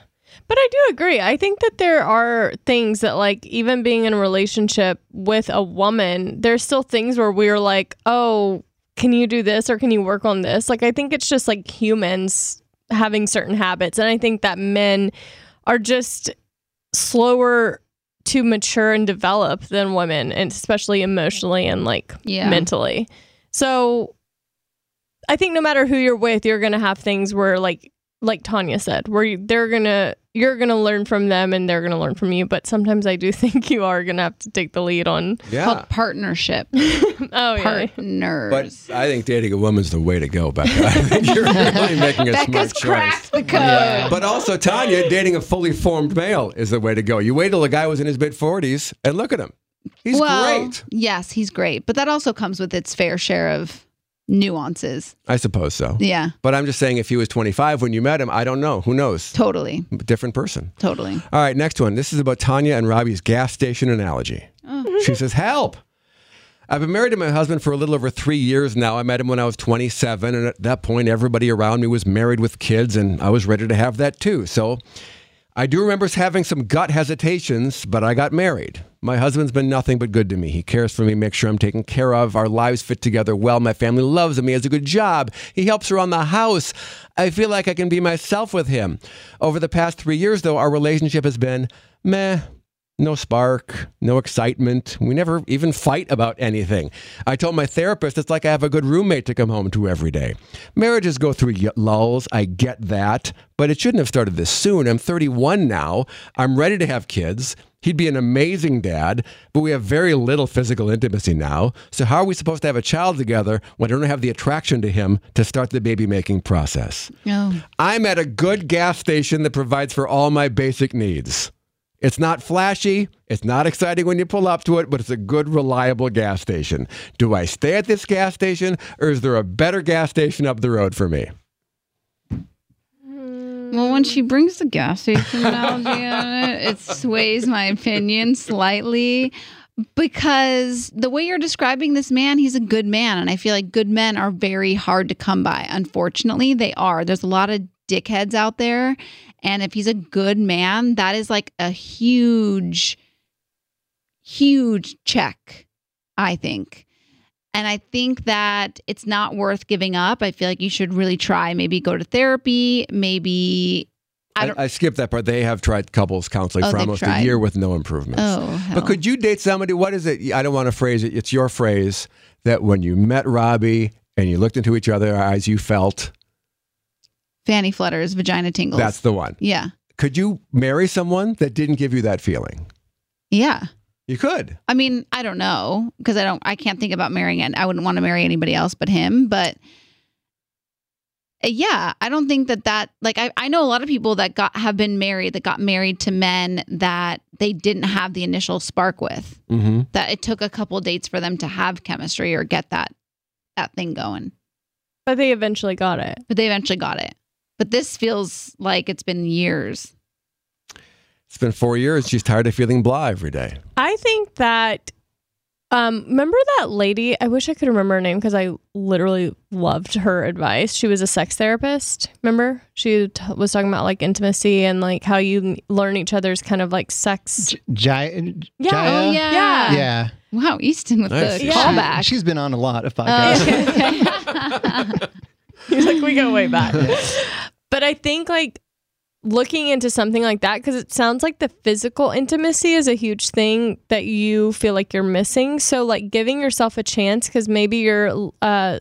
But I do agree. I think that there are things that like even being in a relationship with a woman, there's still things where we're like, "Oh, can you do this or can you work on this?" Like I think it's just like humans having certain habits and I think that men are just slower to mature and develop than women, and especially emotionally and like
Yeah.
mentally. So I think no matter who you're with, you're gonna have things where like like Tanya said, where you, they're gonna you're gonna learn from them and they're gonna learn from you. But sometimes I do think you are gonna have to take the lead on.
Yeah.
called partnership.
Oh yeah,
But
Partners.
I think dating a woman's the way to go, Becca. I think you're really making a smart
Becca's
choice.
cracked the code.
But also, Tanya, dating a fully formed male is the way to go. You wait till the guy was in his mid 40s and look at him. He's
well,
great.
yes, he's great, but that also comes with its fair share of nuances.
I suppose so.
Yeah,
But I'm just saying, if he was 25 when you met him, I don't know. Who knows?
totally,
Different person.
totally.
All right, next one. This is about Tanya and Robbie's gas station analogy. She says, Help! I've been married to my husband for a little over three years now. I met him when I was 27, and at that point, everybody around me was married with kids, and I was ready to have that too. So I do remember having some gut hesitations, but I got married. My husband's been nothing but good to me. He cares for me, makes sure I'm taken care of. Our lives fit together well. My family loves him. He has a good job. He helps around the house. I feel like I can be myself with him. Over the past three years, though, our relationship has been meh. No spark, no excitement. We never even fight about anything. I told my therapist it's like I have a good roommate to come home to every day. Marriages go through y- lulls. I get that. But it shouldn't have started this soon. I'm 31 now. I'm ready to have kids. He'd be an amazing dad, but we have very little physical intimacy now. So, how are we supposed to have a child together when I don't have the attraction to him to start the baby making process?
Oh.
I'm at a good gas station that provides for all my basic needs. It's not flashy. It's not exciting when you pull up to it, but it's a good, reliable gas station. Do I stay at this gas station or is there a better gas station up the road for me?
Well, when she brings the gas station analogy on it, it sways my opinion slightly because the way you're describing this man, he's a good man. And I feel like good men are very hard to come by. Unfortunately, they are. There's a lot of dickheads out there. And if he's a good man, that is like a huge, huge check, I think. And I think that it's not worth giving up. I feel like you should really try. Maybe go to therapy. Maybe I
I,
don't.
I skipped that part. They have tried couples counseling
Oh,
for
they've
almost
tried.
a year with no improvements.
oh, hell.
But could you date somebody? What is it? I don't want to phrase it. It's your phrase that when you met Robbie and you looked into each other's eyes, you felt
fanny flutters, vagina tingles.
that's the one.
yeah,
Could you marry someone that didn't give you that feeling?
yeah.
You could.
I mean, I don't know because I don't. I can't think about marrying. And I wouldn't want to marry anybody else but him. But uh, yeah, I don't think that that like I, I know a lot of people that got have been married that got married to men that they didn't have the initial spark with.
Mm-hmm.
that it took a couple dates for them to have chemistry or get that that thing going.
But they eventually got it.
But they eventually got it. But this feels like it's been years.
It's been four years. She's tired of feeling blah every day.
I think that um remember that lady, I wish I could remember her name because I literally loved her advice. She was a sex therapist. Remember? She t- was talking about like intimacy and like how you n- learn each other's kind of like sex.
J- Jai-
Yeah.
Jaya?
Oh, yeah.
Yeah.
Wow, Easton with
Nice.
the
Yeah.
callback.
She's been on a lot of podcasts.
Oh, okay, okay.
He's like we go way back. but I think like looking into something like that because it sounds like the physical intimacy is a huge thing that you feel like you're missing so like giving yourself a chance because maybe you're uh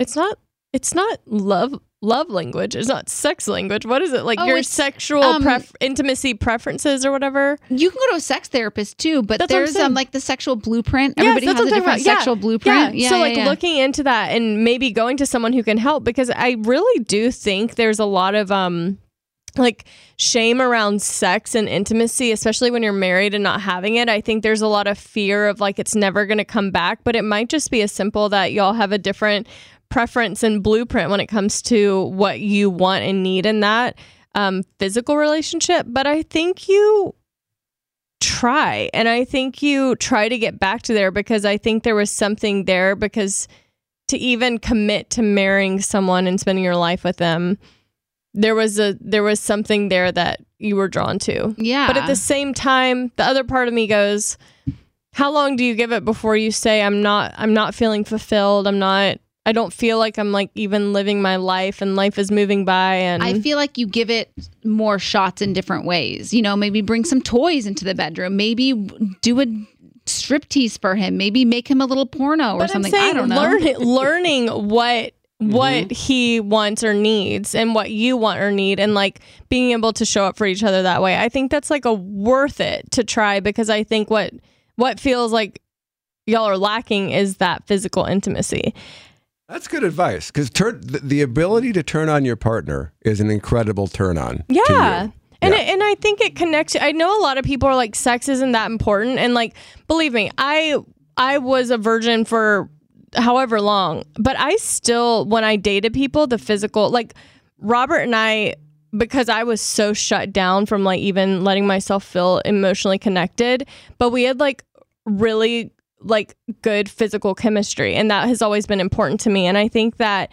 it's not it's not love love language it's not sex language what is it like
Oh,
your
it's,
sexual
um,
pref- intimacy preferences or whatever
you can go to a sex therapist too, but
That's what I'm
there's um
saying.
like the sexual blueprint.
Yes,
Everybody
that's
has a
what I'm talking
different
about. Yeah.
sexual blueprint.
so like looking into that and maybe going to someone who can help because I really do think there's a lot of um like shame around sex and intimacy, especially when you're married and not having it. I think there's a lot of fear of like it's never going to come back, but it might just be as simple that y'all have a different preference and blueprint when it comes to what you want and need in that um, physical relationship. But I think you try and i think you try to get back to there because i think there was something there because to even commit to marrying someone and spending your life with them there was a there was something there that you were drawn to
yeah.
but at the same time the other part of me goes how long do you give it before you say i'm not i'm not feeling fulfilled i'm not i don't feel like i'm like even living my life and life is moving by and
I feel like you give it more shots in different ways. You know, maybe bring some toys into the bedroom. Maybe do a striptease for him. Maybe make him a little porno or
but
something.
I'm saying
I don't know.
learn- learning what what he wants or needs and what you want or need and like being able to show up for each other that way. I think that's like a worth it to try because I think what what feels like y'all are lacking is that physical intimacy.
That's good advice because turn the, the ability to turn on your partner is an incredible turn on. to you.
Yeah. And,
Yeah.
It, and I think it connects. I know a lot of people are like, sex isn't that important. And like, believe me, I I was a virgin for however long, but I still, when I dated people, the physical, like Robert and I, because I was so shut down from like even letting myself feel emotionally connected, but we had like really like good physical chemistry and that has always been important to me and I think that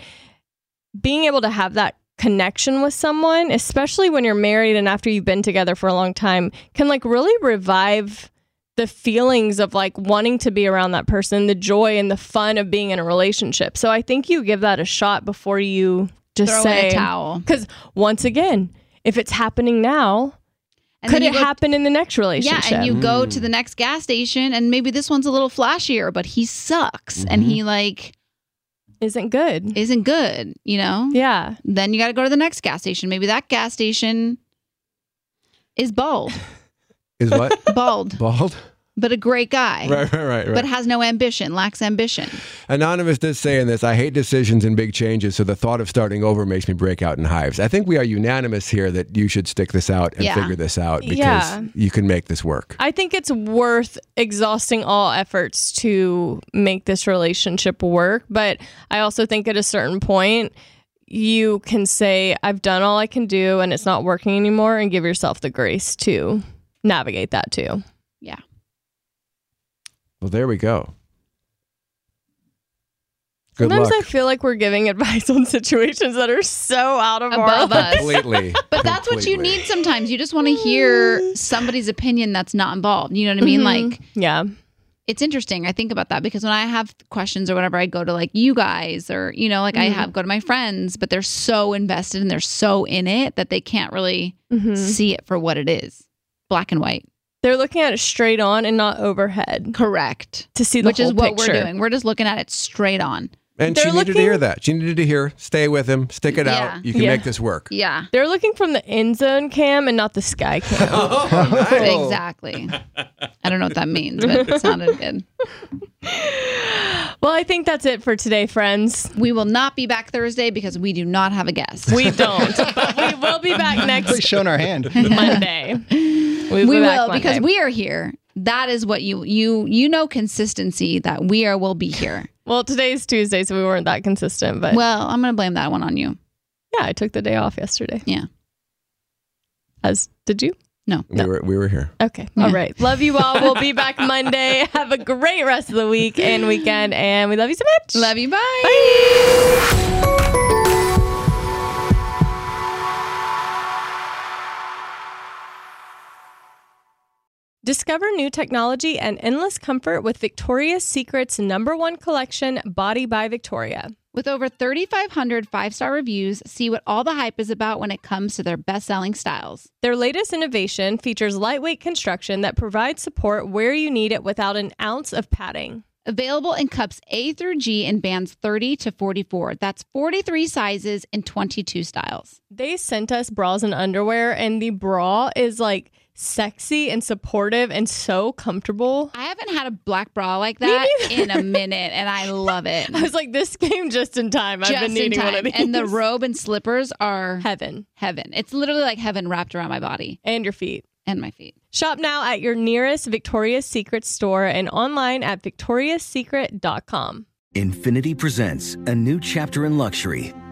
being able to have that connection with someone, especially when you're married and after you've been together for a long time, can like really revive the feelings of like wanting to be around that person, the joy and the fun of being in a relationship. So I think you give that a shot before you just
Throw
say
in a towel.
Because once again, if it's happening now,
And
could
then you
it
go-
happen in the next
Yeah,
relationship?
and you go to the next gas station, and maybe this one's a little flashier, but he sucks, and he like
isn't good.
isn't good. You know.
yeah.
Then you got to go to the next gas station. Maybe that gas station is bald,
Is what?
bald,
Bald?
but a great guy,
Right, right, right, right.
but has no ambition, lacks ambition.
Anonymous did say in this, I hate decisions and big changes, so the thought of starting over makes me break out in hives. I think we are unanimous here that you should stick this out and
Yeah.
figure this out because
Yeah.
you can make this work.
I think it's worth exhausting all efforts to make this relationship work. But I also think at a certain point, you can say, I've done all I can do and it's not working anymore, and give yourself the grace to navigate that too.
Well, there we go. Good
Sometimes I
luck.
feel like we're giving advice on situations that are so out of our
Above us.
Completely.
But
Mm.
that's what you
completely.
need sometimes. You just want to hear somebody's opinion that's not involved. You know what I mean?
Mm-hmm.
Mhm.
Like,
Yeah.
it's interesting. I think about that because when I have questions or whatever, I go to like you guys or, you know, like I
Mm-hmm.
Mhm.
have go to my friends, but they're so invested and they're so in it that they can't really
Mm-hmm.
Mhm.
see it for what it is black and white.
They're looking at it straight on and not overhead
Correct.
to see the
Which is
whole
what
picture.
we're doing. We're just looking at it straight on.
And she
They're
needed to
looking-
hear that. She needed to hear, stay with him, stick it
Yeah.
out. You can
Yeah.
make this work.
Yeah.
They're looking from the end zone cam and not the sky cam.
Oh.
Exactly. I don't know what that means, but it sounded good.
well, I think that's it for today, friends.
We will not be back Thursday because we do not have a guest.
We don't. but we will be back
Really
next
shown our hand.
Monday. We'll
we
be back
will because
Monday.
we are here. That is what you you you know consistency that we are will be here.
Well, today's Tuesday, so we weren't that consistent. But
Well, I'm gonna blame that one on you.
yeah, I took the day off yesterday.
Yeah.
As did you?
We, were, we were here.
Okay. All right. Love you all. We'll be back Monday. Have a great rest of the week and weekend. And we love you so much.
Love you. Bye.
Discover new technology and endless comfort with Victoria's Secret's number one collection, Body by Victoria.
With over 3,500 five star reviews, see what all the hype is about when it comes to their best selling styles.
Their latest innovation features lightweight construction that provides support where you need it without an ounce of padding.
Available in cups A through G in bands 30 to 44. That's 43 sizes and 22 styles.
They sent us bras and underwear, and the bra is like sexy and supportive and so comfortable.
I haven't had a black bra like that in a minute, and I love it.
I was like, this came just in time. I've
Just
been needing
in time.
one of these.
And the robe and slippers are
heaven
heaven. It's literally like heaven wrapped around my body
and your feet.
and my feet.
Shop now at your nearest Victoria's Secret store and online at victoriassecret.com.
Infinity presents a new chapter in luxury,